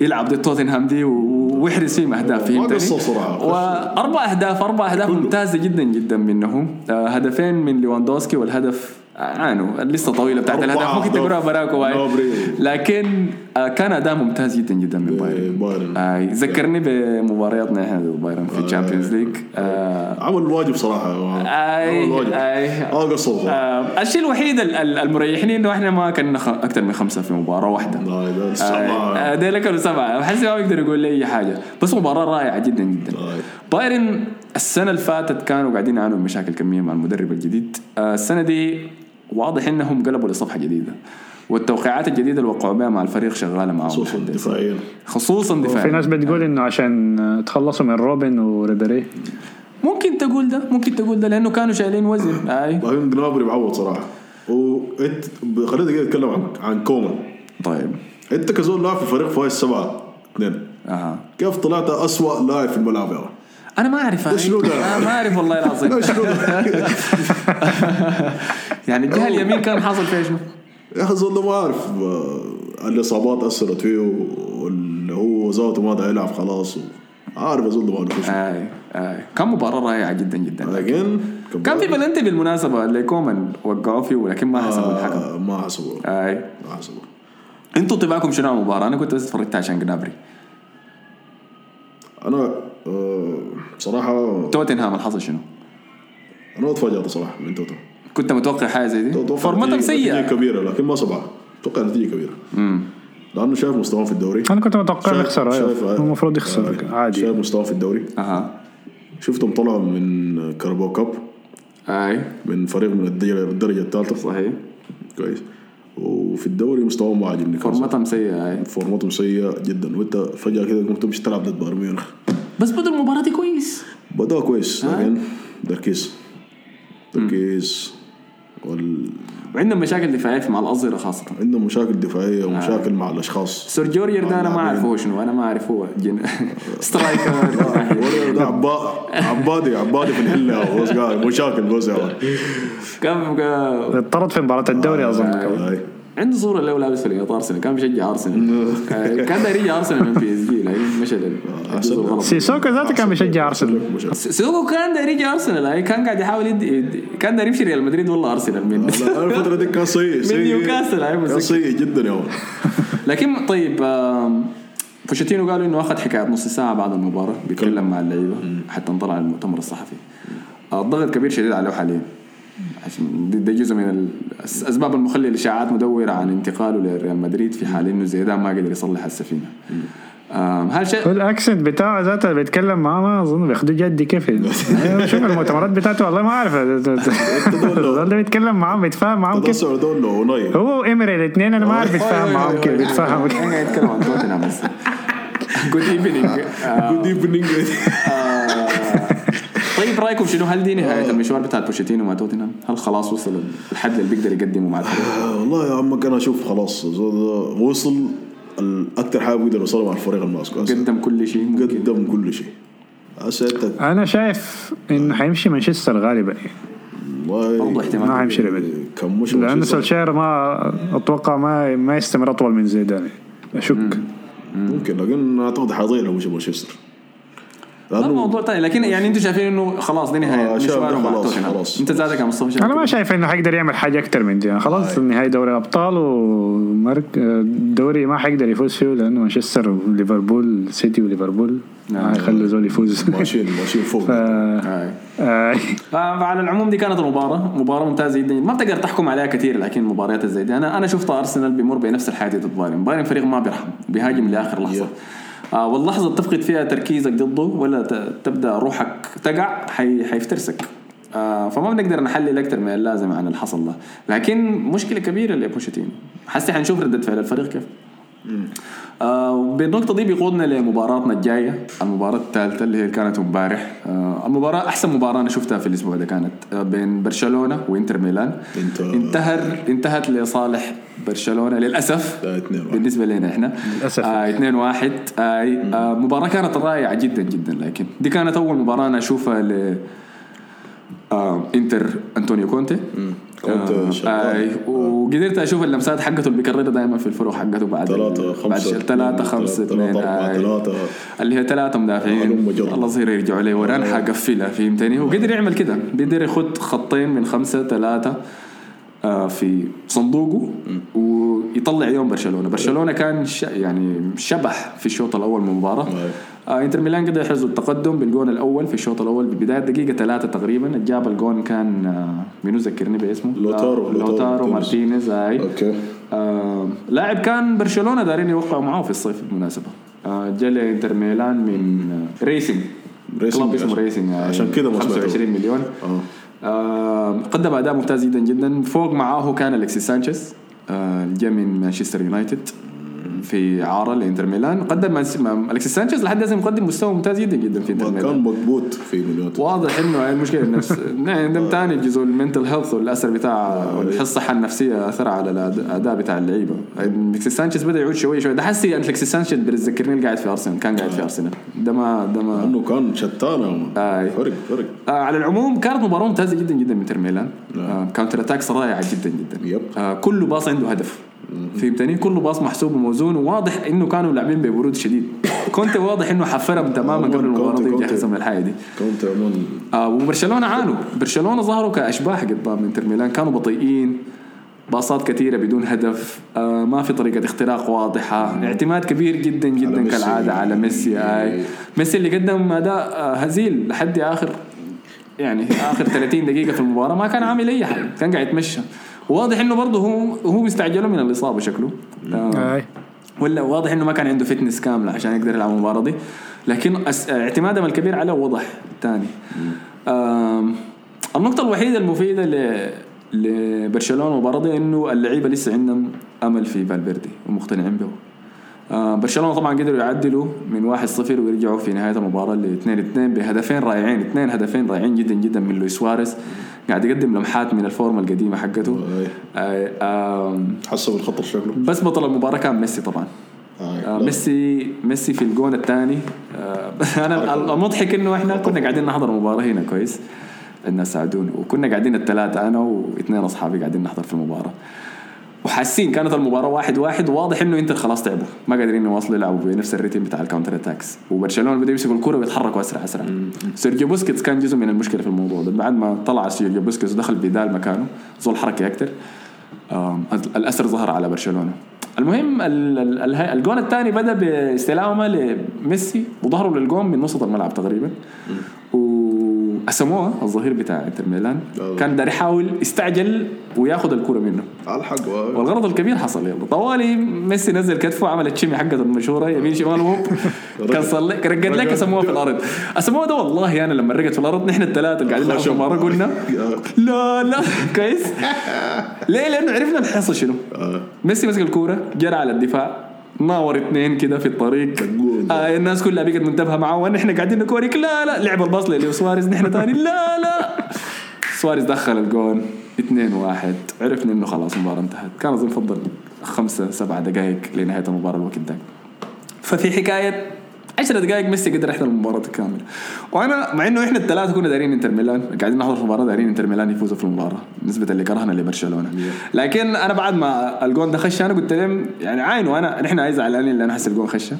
يلعب ضد توتنهام دي و- ويحرز فيهم إيه؟ اهداف ما فهمتني؟ قصر صراحة. واربع اهداف اربع اهداف كله. ممتازه جدا جدا منهم آه، هدفين من ليواندوسكي والهدف عانوا لسه طويله بتاعت أربعة الهدف ممكن أهداف. تقراها براك واي. نوبري. لكن آه، كان اداء ممتاز جدا جدا من بايرن بايرن. آه، ذكرني بمبارياتنا احنا ضد بايرن في آه. الشامبيونز ليج آه، عمل الواجب صراحه عمل اي الواجب اي ما قصر صراحه آه، الشيء الوحيد ال- ال- المريحني انه احنا ما كنا خ- اكثر من خمسه في مباراه واحده لا، ده آه، صعب. آه، ديل كانوا سبعه بحس ما بيقدر يقول لي اي حاجه بس مباراه رائعه جدا جدا آه. بايرن السنه اللي فاتت كانوا قاعدين يعانوا من مشاكل كميه مع المدرب الجديد آه، السنه دي واضح انهم قلبوا لصفحه جديده والتوقعات الجديده اللي وقعوا بها مع الفريق شغاله معاهم خصوصا لحد هسه. دفاعيا خصوصا في دفاع ناس بتقول انه عشان تخلصوا من روبن وريبيري ممكن تقول ده ممكن تقول ده لانه كانوا شايلين وزن اي لكن جنابري معوض صراحه وانت خلينا كده نتكلم عن عن كومان طيب انت كزول لاعب في فريق فايز سبعه اثنين اها كيف طلعت اسوء لاعب في الملعب يا ولد؟ انا آه. ما اعرف هاي. شنو ده؟ أنا آه، ما اعرف والله العظيم شنو ده؟ يعني الجهه اليمين كان حاصل فيها شنو؟ يا اخي زول ده ما اعرف آه، الاصابات اثرت فيه واللي هو ذاته ما ده يلعب خلاص و... عارف زول ده ما عنده شغل. اي اي آه. كان مباراه رائعه جدا جدا لكن كان في بلنتي بالمناسبه اللي كومان وقعوا فيه ولكن ما حسبوا الحكم آه، ما حسبوه اي ما حسبوه انتوا انطباعكم شنو عن المباراه؟ انا كنت بس اتفرجت عشان جنابري انا آه، بصراحه توتنهام الحظ شنو؟ انا اتفاجأت صراحه من توتو كنت متوقع حاجه زي دي توتو فورمتهم نتيجة- نتيجة سيئه كبيره لكن ما سبعه اتوقع نتيجه كبيره لانه شايف مستواه في الدوري انا كنت متوقع شايف- يخسر شايف- ايوه آه، هو المفروض آه، يخسر عادي شايف مستواه في الدوري اها شفتهم طلعوا من كربو كاب اي من فريق من الدرجه الدرجة الثالثه صحيح كويس وفي الدوري مستواهم ما عاجبني كان فورمتهم سيئه اي فورمتهم سيئة جدا وانت فجأة كده كنت تمشي تلعب ضد بايرن ميونخ بس بدوا المباراه دي كويس بدأوا كويس لكن تركيز تركيز وال... وعندهم مشاكل دفاعيه مع الازهره خاصه عندهم مشاكل دفاعية ومشاكل مع الأشخاص سير جورير ده انا ما اعرف هو شنو انا ما اعرف هو جن... سترايكر ولا ده عبا... عبادي عبادي في الحلة بس قاعد مشاكل بس يا ولد. كان كان- اضطرت في مباراه الدوري اظن هاي. عنده صوره له لابس فريق ارسنال كان بيشجع ارسنال آه، كان داير يجي ارسنال من بي اس جي لكن مشى لل- الجزء الغلط سيسوكو ذاته كان بيشجع ارسنال مشاكل. س- سوقه كان داير يجي ارسنال آه، كان قاعد يحاول يد... يد- كان داير يمشي ريال مدريد والله ارسنال من لا، أنا الفترة دي كان سيء سيء. نيوكاسل، هاي كان متذكر. سيء جدا يا ولد. لكن طيب آم، بوشيتينو قالوا انه اخذ حكايه نص ساعه بعد المباراه بيتكلم مع اللعيبه حتى انطلع على المؤتمر الصحفي آه، الضغط كبير شديد عليه حاليا عشان دي- ده جزء من ال- الس- الاسباب المخليه لاشاعات مدوره عن انتقاله لريال مدريد في حال انه زيدان ما قدر يصلح السفينه آم، هل شيء الاكسنت بتاعه ذاته بيتكلم معاه ما اظن بياخدوه جدي كيف شوف المؤتمرات بتاعته والله ما اعرف ده بيتكلم معاهم بيتفاهم معاهم كيف تدسر دول لو ناي هو امري الاثنين انا ما اعرف بيتفاهم معاهم كيف بيتفاهم كيف. انا قاعد اتكلم عن توتنهام بس جود ايفنينج جود ايفنينج طيب رايكم شنو هل دي نهايه المشوار بتاع بوشيتينو مع توتنهام؟ هل خلاص وصل الحد اللي بيقدر يقدمه مع الفريق؟ آه، والله يا عمك انا اشوف خلاص الزول ده وصل اكثر حاجه بيقدر يوصلها مع الفريق الماسك هسه. قدم كل شيء ممكن قدم كل شيء هسه انت انا شايف انه حيمشي مانشستر غالبا برضه والله احتمال ما حيمشي آه، لبد كان مش لان مانشستر. سولشاير ما اتوقع ما ما يستمر اطول من زيدان اشك ممكن لكن اعتقد حيضيع لو مش مانشستر ده الموضوع تاني لكن يعني انتوا شايفين انه خلاص دي نهايه آه، شايف مشوار ده مع خلاص، توتنهام. خلاص. انت زادك يا مصطفى شايف انا ما كده؟ شايف انه حيقدر يعمل حاجه اكتر من دي خلاص آه. النهائي دوري ابطال ومرك دوري ما حيقدر يفوز فيه لانه مانشستر وليفربول سيتي وليفربول ما حيخلوا زول يفوز ماشيين ماشيين فوق ف... آه. آه. فعلى العموم دي كانت المباراة مباراة ممتازة جدا ما بتقدر تحكم عليها كثير لكن مباريات زي دي أنا أنا شفت أرسنال بيمر بنفس الحاجة ضد بايرن بايرن فريق ما بيرحم بيهاجم لآخر لحظة آه واللحظة تفقد فيها تركيزك ضده ولا ت- تبدأ روحك تقع حي حيفترسك آه فما بنقدر نحلل أكثر من اللازم عن اللي حصل ده لكن مشكلة كبيرة لبوشيتينو حسي حنشوف ردة فعل الفريق كيف آه بالنقطة دي بيقودنا لمباراتنا الجاية المباراة الثالثة اللي هي كانت امبارح آه المباراة أحسن مباراة أنا شفتها في الأسبوع ده كانت آه بين برشلونة وإنتر ميلان إنتر. انتهر انتهت لصالح برشلونة للأسف لا، 2-1. بالنسبة لنا احنا للأسف. آه 2 1 آه آه مباراة كانت رائعة جدا جدا لكن دي كانت أول مباراة أنا أشوفها ل آه انتر انطونيو كونتي كنت آه، شغال آه، وقدرت اشوف اللمسات حقته اللي بيكررها دائما في الفرق حقته بعد ثلاثة خمسة 3 5 2 ثلاثة أربعة آه، ثلاثة اللي هي ثلاثة مدافعين هلم جرة. الله صغير يرجعوا لي وران حقفلها فهمتني وقدر يعمل كده بيقدر يخد خطين من خمسة ثلاثة آه، في صندوقه ويطلع يوم برشلونه، برشلونه كان ش... يعني شبح في الشوط الاول من المباراه أيوة. آه، انتر ميلان قدر يحرزوا التقدم بالجون الاول في الشوط الاول ببدايه دقيقه ثلاثه تقريبا جاب الجون كان آه، منو ذكرني باسمه؟ لوتارو- آه، لوتارو لوتارو مارتينيز مارتينيز. اي اوكي آه، لاعب كان برشلونه دارين يوقعوا معاه في الصيف بالمناسبه آه، جا لانتر ميلان من آه، ريسنج ريسنج كلوب اسمه عشان- ريسنج آه، عشان كده ما سمعته. 25 مليون اه آه، قدم اداء ممتاز جدا جدا فوق معاه كان الكسيس سانشيز آه، جاء من مانشستر يونايتد في اعاره لانتر ميلان قدم مانس- ما- الكسيس سانشيز لحد هسه مقدم مستوى ممتاز جدا جدا في انتر ما ميلان كان مضبوط في مليون واضح انه المشكله النفس يعني دم ثاني جزء المنتل هيلث والاثر بتاع الصحه النفسيه اثر على الاداء بتاع اللعيبه الكسيس سانشيز بدا يعود شوي شوي ده حسي الكسيس سانشيز بتذكرني اللي قاعد في ارسنال كان قاعد في ارسنال ده ما ده ما لانه كان شتانه أي. فرق فرق آه على العموم كانت مباراه ممتازه جدا جدا من انتر ميلان نعم. آه كاونتر اتاكس رائعه جدا جدا يب. آه كل باص عنده هدف فهمتني كل باص محسوب وموزون وواضح انه كانوا لاعبين ببرود شديد كنت واضح انه حفرهم تماما كونتي- قبل المباراه دي كونتي. يجهزهم الحاجه دي كنت من آه وبرشلونه عانوا برشلونه ظهروا كاشباح قدام انتر ميلان كانوا بطيئين باصات كثيره بدون هدف آه ما في طريقه اختراق واضحه اعتماد كبير جدا جدا ميسي. كالعاده على ميسي آي. ميسي اللي قدم اداء آه، هزيل لحد اخر يعني اخر 30 دقيقه في المباراه ما كان عامل اي حاجه كان قاعد يتمشى واضح انه برضه هو هو مستعجله من الاصابه شكله آه آه. ولا واضح انه ما كان عنده فتنس كامله عشان يقدر يلعب المباراه دي لكن أس... اعتمادهم الكبير عليه وضح تاني آم... النقطه الوحيده المفيده ل... لبرشلونه المباراه دي انه اللعيبه لسه عندهم امل في فالفيردي ومقتنعين به آه، برشلونه طبعا قدروا يعدلوا من 1-0 ويرجعوا في نهايه المباراه ل 2-2 بهدفين رائعين اثنين هدفين رائعين جدا جدا من لويس سواريز قاعد يقدم لمحات من الفورمه القديمه حقته أي. آه، آم، حسب الخطر شكله بس بطل المباراه كان ميسي طبعا أي. آه، لا. ميسي ميسي في الجون الثاني انا ال- المضحك انه احنا كنا قاعدين نحضر المباراه هنا كويس الناس ساعدوني وكنا قاعدين الثلاثه انا واثنين اصحابي قاعدين نحضر في المباراه وحاسين كانت المباراه واحد واحد واضح انه انتر خلاص تعبوا ما قادرين يواصلوا يلعبوا بنفس الريتم بتاع الكاونتر اتاكس وبرشلونه بدا يمسكوا الكره ويتحركوا اسرع اسرع سيرجيو بوسكيتس كان جزء من المشكله في الموضوع ده بعد ما طلع سيرجيو بوسكيتس ودخل بيدال مكانه زول حركه اكثر آم، الاثر ظهر على برشلونه المهم ال- ال- ال- الجون الثاني بدا باستلامه لميسي وظهروا للجون من وسط الملعب تقريبا واسموها الظهير بتاع انتر ميلان آه. كان دار يحاول يستعجل وياخذ الكره منه الحق و- والغلط الكبير حصل يلا طوالي ميسي نزل كتفه عمل الشمي حقته المشهوره يمين شمال وهوب كسر لك رقد لك اسموها في الارض اسموها ده والله انا لما رقت في الارض نحن الثلاثه اللي قاعدين نلعب في المباراه قلنا لا لا كويس ليه لانه عرفنا الحصل شنو آه. ميسي مسك الكوره جرى على الدفاع ناور اثنين كده في الطريق الجول. آه الناس كلها بقت منتبهه معاه وانا احنا قاعدين نكورك لا لا لعب الباص لليو سواريز نحن ثاني لا لا سواريز دخل الجون 2 1 عرفنا انه خلاص المباراه انتهت كان اظن فضل خمسة سبعة دقائق لنهايه المباراه الوقت ده ففي حكايه 10 دقائق ميسي قدر يحضر المباراه الكامله وانا مع انه احنا الثلاثه كنا دارين انتر ميلان قاعدين نحضر المباراه دارين انتر ميلان يفوزوا في المباراه نسبه اللي كرهنا لبرشلونه لكن انا بعد ما الجون ده خش انا قلت لهم يعني عاينوا انا نحن عايز زعلانين لان حس الجون خشه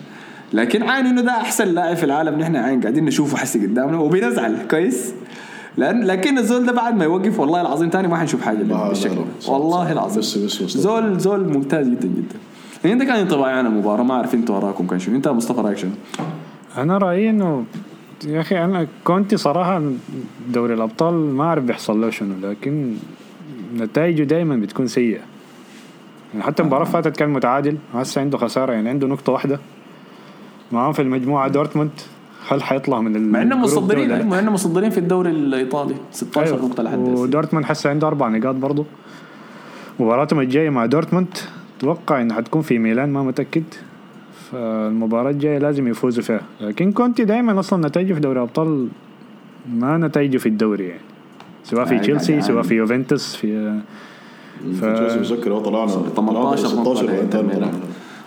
لكن عين انه ده احسن لاعب في العالم نحن عين قاعدين نشوفه حسي قدامنا وبنزعل كويس لان لكن الزول ده بعد ما يوقف والله العظيم تاني ما حنشوف حاجه لا، لا، بالشكل لا. ده. صح، والله صح. العظيم بس- بس- بس. زول زول ممتاز جدا جدا يعني ده كان انطباعي عن المباراه ما اعرف انتوا اراكم كان شنو انت يا مصطفى رايك شنو؟ انا رايي انه يا اخي انا كونتي صراحه دوري الابطال ما اعرف بيحصل له شنو لكن نتائجه دائما بتكون سيئه يعني حتى المباراه اللي فاتت كان متعادل هسه عنده خساره يعني عنده نقطه واحده معاهم في المجموعه دورتموند هل حيطلع من ال مع انهم الجروب ده مصدرين ولا لا؟ مع انهم مصدرين في الدوري الايطالي 16 أيوة. نقطه لحد هسه. ودورتموند حسه عنده اربع نقاط برضه مباراتهم الجايه مع دورتموند اتوقع انها حتكون في ميلان ما متاكد فالمباراه الجايه لازم يفوزوا فيها لكن كونتي دائما اصلا نتائجه في دوري الابطال ما نتائجه في الدوري يعني سواء في عادي، تشيلسي عادي. سواء في يوفنتوس في ف... متذكر هو طلعنا 18 نقطه 16 ولا لإنتر 18 ميلان.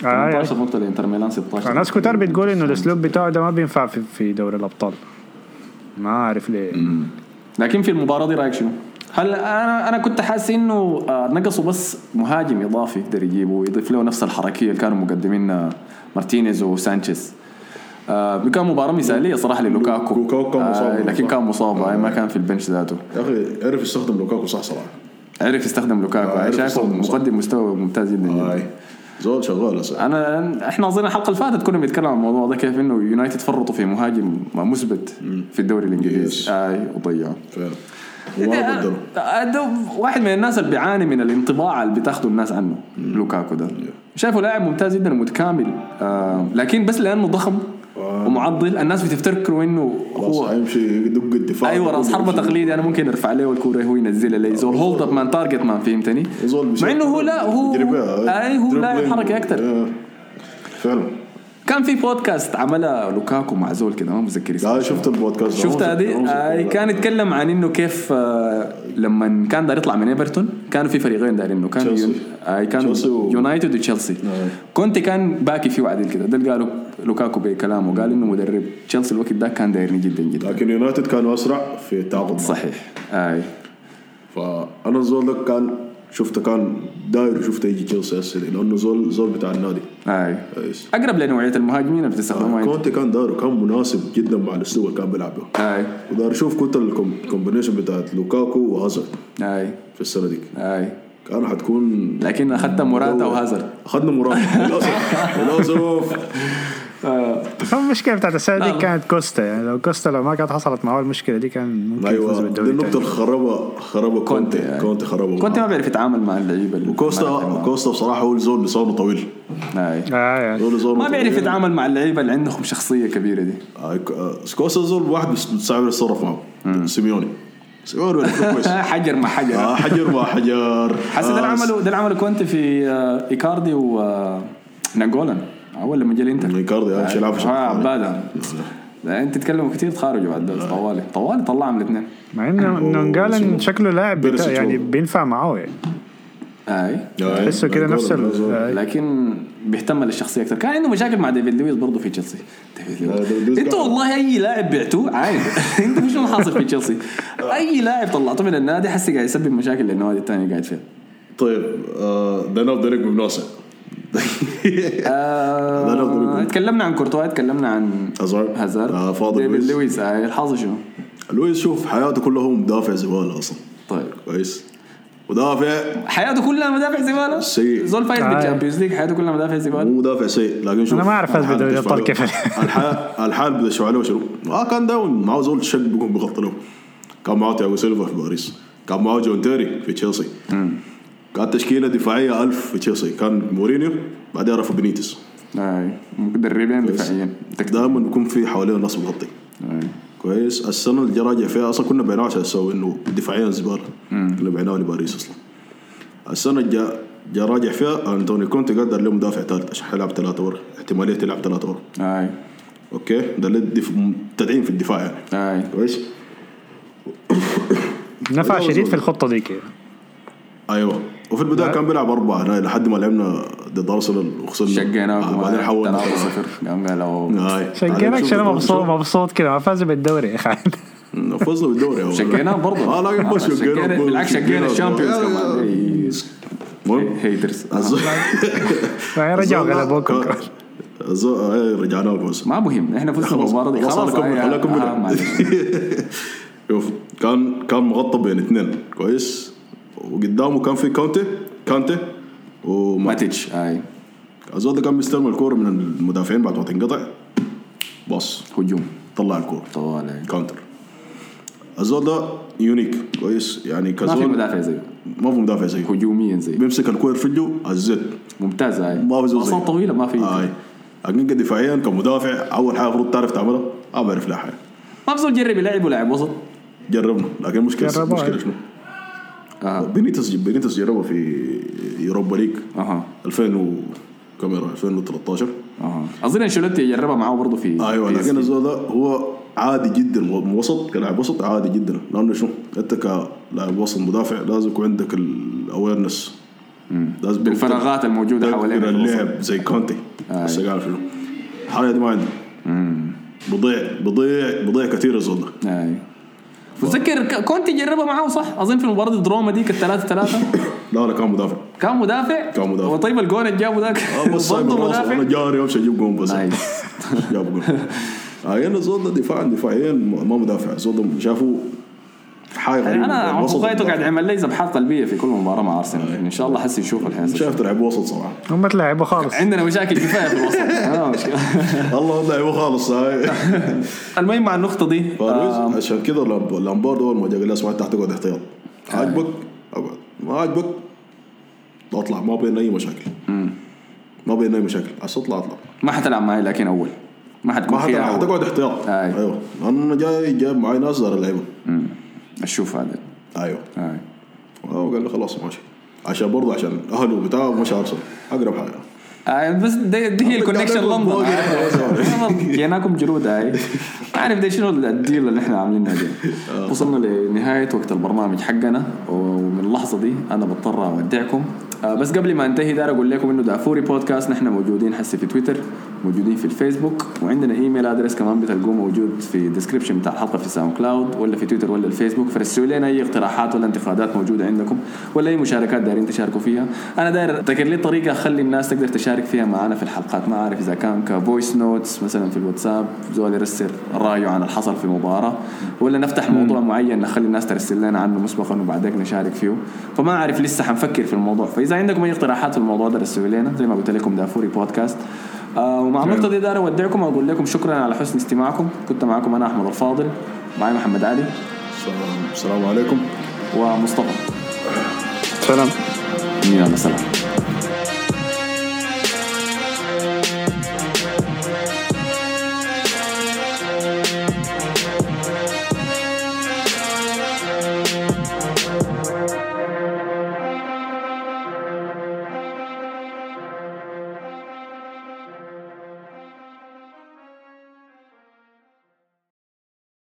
آه، آه. 18 نقطه لانتر ميلان 16 يعني ناس كتار بتقول انه الاسلوب بتاعه ده ما بينفع في, في دوري الابطال ما عارف ليه لكن في المباراه دي رايك شنو؟ هل انا انا كنت حاسس انه آه، نقصوا بس مهاجم اضافي يقدر يجيبه ويضيف له نفس الحركيه اللي كانوا مقدمين آه، مارتينيز وسانشيز آه، كان مباراه مثاليه صراحه للوكاكو لوكاكو كان آه، مصاب. لكن كان مصاب آه، ما كان في البنش ذاته يا اخي عرف يستخدم لوكاكو صح صراحه عرف يستخدم لوكاكو آه، آه، عرف شايفه يستخدم مصاب. آه. مقدم مستوى ممتاز جدا جدا هاي زول شغال آه. هسه انا احنا اظن الحلقه اللي فاتت كنا بنتكلم عن الموضوع ده كيف انه يونايتد فرطوا في مهاجم مثبت في الدوري آه، Yes. الانجليزي اي وضيعوه فعلا وما قدروا ده- ده واحد من الناس اللي بيعاني من الانطباع اللي بتاخده الناس عنه لوكاكو ده شايفه لاعب ممتاز جدا ومتكامل آه لكن بس لانه ضخم آه. ومعضل الناس بتفتكروا انه خلاص هو حيمشي يدق الدفاع ايوه راس حربه يمشي. تقليدي انا ممكن ارفع عليه والكوره هو ينزلها لي زول هولد اب مان تارجت مان فهمتني زول بيشيل مع انه هو لا هو يجري بها. اي هو لاعب دربلينج. حركه اكثر آه. فعلا كان في بودكاست عملها لوكاكو مع زول كده ما متذكر اسمه لا آه، شفت البودكاست شفت هذه آه، آي، كان يتكلم عن انه كيف آه، لما كان داير يطلع من ايفرتون كانوا في فريقين دايرين انه كان تشيلسي. اي كان تشيلسي و- نعم. يونايتد وتشيلسي كونتي كان باكي فيه وعديل كده ده قالوا لوكاكو بكلامه قال انه مدرب تشيلسي الوقت ده كان دايرني جدا جدا لكن يونايتد كانوا اسرع في التعاقد معه. صحيح اي فانا الزول ده كان شفته كان داير وشفته يجي تشيلسي هسه لانه زول زول بتاع النادي اي كويس اقرب لنوعيه المهاجمين اللي بتستخدمها انت. آه، كونتي كان داير وكان مناسب جدا مع الاسلوب اللي كان بيلعب به اي ودار اشوف كنت الكومبينيشن بتاعت لوكاكو وهازارد اي في السنه ديك اي كان حتكون لكن اخذت موراتا وهازارد اخذنا مراتا للاسف أيوة. للاسف المشكله بتاعت السنه آه. دي كانت كوستا يعني لو كوستا لو ما كانت حصلت معاه المشكله دي كان ممكن يفوز ايوه دي بالدوري النقطه تاني. اللي خربها خربها كونتي، كونتي أي. كونتي خربها كونتي ما بيعرف يتعامل مع اللعيبه اللي- وكوستا كوستا بصراحه هو الزول لسانه طويل اي آه يعني. زول لسانه ما بيعرف طويل. يتعامل مع اللعيبه اللي عندهم شخصيه كبيره دي آه، ك- آه، كوستا زول واحد بس صعب يتصرف معه سيميوني سيميوني ولا كويس حجر مع حجر آه، حجر مع حجر حس ده آه، اللي عمله ده اللي عمله كونتي في آه، ايكاردي ونانجولا اول لما جا الانتر ايكاردي آه، يلعب عشان آه، الثاني. عباده لا، انت تتكلم كثير تخارجوا بعد آه. ده، طوالي طوالي طلعهم الاثنين مع انه اسمه نونجالن شكله لاعب بتاع- بيرسيتش يعني هو. بينفع معاه يعني اي آه، تحسه كده آه، نفس آه، ال- زول. آه. لكن بيهتم للشخصيه اكثر كان عنده مشاكل مع ديفيد لويس برضه في تشيلسي ديفيد لا، ديفيد لويس لويس انت آه، قاعد. والله اي لاعب بعتوه عادي انت مش محاصر في تشيلسي آه. اي لاعب طلعته من النادي حسي قاعد يسبب مشاكل للنوادي الثانيه قاعد فيها طيب دانا اوف ذا ريك بمناسبة آه، لا، لا، لا. تكلمنا عن كورتوا تكلمنا عن هازارد. هازارد آه، فاضل ديفيد لويس. لويس آه، الحظ شنو لويس شوف حياته كلها هو مدافع زبالة اصلا طيب كويس مدافع حياته كلها مدافع زباله سيء. زول فايز آه. بالشامبيونز ليج حياته كلها مدافع زباله مو مدافع سيء لكن شوف أنا ما أعرف فاز الحال بدوري الأبطال بتشفع له. كيف. الحال الحال بتشفع عليه شنو؟ اه كان داون معه زول شق بيكون بيغطي له كان معه تياجو سيلفا في باريس كان معه جون تيري في تشيلسي كانت تشكيله دفاعيه ألف في تشيلسي كان مورينيو بعدين رفع بنيتس آه، مدربين دفاعيين تكتيك. دائما بيكون في حواليه ناس بتغطي آه. كويس السنه اللي راجع فيها اصلا كنا بعناه عشان نسوي انه دفاعيا زباله كنا بعناه لباريس اصلا السنه اللي جا- جا راجع فيها انتوني كونتي قدر له مدافع ثالث عشان حيلعب ثلاثه ورا احتماليه تلعب ثلاثه ورا آه. اوكي ده اللي الدف- تدعيم في الدفاع يعني آه. كويس نفع هو شديد زول. في الخطه دي كده ايوه وفي البدايه كان بيلعب اربعه لا، لحد ما لعبنا ضد ارسنال وخسرنا آه، شقيناكم بعدين حولنا 3-0 قام قالوا آه، عشان بعدين كده شوف- عشان أنا شوف- مبسوط مبسوط كده ما فاز بالدوري يا اخي فزنا بالدوري أول. شقيناه برضه اه لكن بس شقينا شقينا بالعكس شقينا الشامبيونز آه، كمان إيه. المهم هيترز الزول- رجعوا الزول- غلبوكم آه. الزو- آه، رجعنا الفوز ما مهم احنا فزنا خلاص بالمباراه دي خلاص خلاص انا آه، اكمل آه، اكمل معلش. شوف كان كان مغطى بين اثنين كويس وقدامه كان في كونتي كانتي وماتيتش ماتيتش اي الزول ده كان بيستلم الكوره من المدافعين بعد ما تنقطع باص هجوم طلع الكوره طوال كاونتر الزول ده يونيك كويس يعني ما في كزول مدافع زيه ما في مدافع زيه هجوميا زيه بيمسك الكوره في يده الزيت ممتاز اي ما في زول زيه آه. باصات طويله ما في اي حقيقة دفاعيا كمدافع اول حاجه المفروض تعرف تعملها ما بعرف لا حاجه ما في زول جرب يلعب ولاعب وسط جربنا لكن مشكله جربوها. مشكله شنو؟ اها بينيتس بينيتس جربها في يوروبا ليج اها 2000 و كم يرى 2013 اها اظن انشيلوتي جربها معاه برضه في ايوه في لكن PSG. الزول ده هو عادي جدا وسط كلاعب وسط عادي جدا لانه شنو انت كلاعب وسط مدافع لازم يكون عندك الاويرنس لازم تكون بالفراغات الموجوده تقدر حوالينا في الوسط. اللعب زي كونتي آي. بس قال شنو الحاله دي ما عندي بضيع بضيع بضيع كثير الزول ده اي وتذكر أيوة. ك- كونتي جربها معاه صح اظن في مباراه الدراما ديك الثلاثة ثلاثة لا لا كان مدافع كان مدافع كان مدافع. وطيب الجون اللي جابه ذاك اه بص سايب برضه راسه انا مدافع جاري امشي اجيب جون بس نايس جاب جول هاي انا زود ده دفاعا دفاعيا ما ما مدافع زود ده شافوا حاجه غريبه انا الوسط عفوا غايته قاعد يعمل لي ذبحات قلبيه في كل مباراه مع ارسنال أي. ان شاء الله حسي نشوف الحين شايف تلعب وسط صراحه هم تلعبوا خالص عندنا مشاكل كفايه في الوسط ما مشكله الله لعبه خالص هاي المهم مع النقطه دي آه، فلويز عشان كذا لامب- لامبارد اول ما جا قال لي اسمع انت حتقعد احتياط عاجبك اقعد ما عاجبك اطلع ما بين اي مشاكل ما بين اي مشاكل عشان اطلع اطلع ما حتلعب معي لكن اول ما ما حتكون فيها حتلعب، أول. حتقعد احتياط أي. ايوه انا جاي جايب معي ناس دار اللعبه مم. اشوف هذا ايوه آه. هو قال لي خلاص ماشي عشان برضه عشان اهله وبتاع مش ارسنال اقرب حاجه آه بس دي, دي هي الكونكشن لندن آه. جيناكم جرود هاي ما اعرف دي شنو الديل اللي احنا عاملينها دي وصلنا لنهايه وقت البرنامج حقنا ومن اللحظه دي انا بضطر اودعكم آه بس قبل ما انتهي دار اقول لكم انه دافوري بودكاست نحن موجودين حسي في تويتر موجودين في الفيسبوك وعندنا ايميل ادرس كمان بتلقوه موجود في الديسكربشن بتاع الحلقه في ساوند كلاود ولا في تويتر ولا الفيسبوك فرسلوا لنا اي اقتراحات ولا انتقادات موجوده عندكم ولا اي مشاركات دايرين تشاركوا فيها انا داير ابتكر لي طريقه اخلي الناس تقدر تشارك فيها معنا في الحلقات ما عارف اذا كان كفويس نوتس مثلا في الواتساب زول يرسل رايه عن الحصل في مباراه ولا نفتح موضوع معين نخلي الناس ترسل لنا عنه مسبقا وبعدين نشارك فيه فما عارف لسه حنفكر في الموضوع فاذا عندكم اي اقتراحات في الموضوع ده رسلوا لنا زي ما قلت لكم دافوري بودكاست آه ومع النقطه دي داير اودعكم واقول لكم شكرا على حسن استماعكم كنت معكم انا احمد الفاضل معي محمد علي السلام- السلام عليكم ومصطفى سلام يلا سلام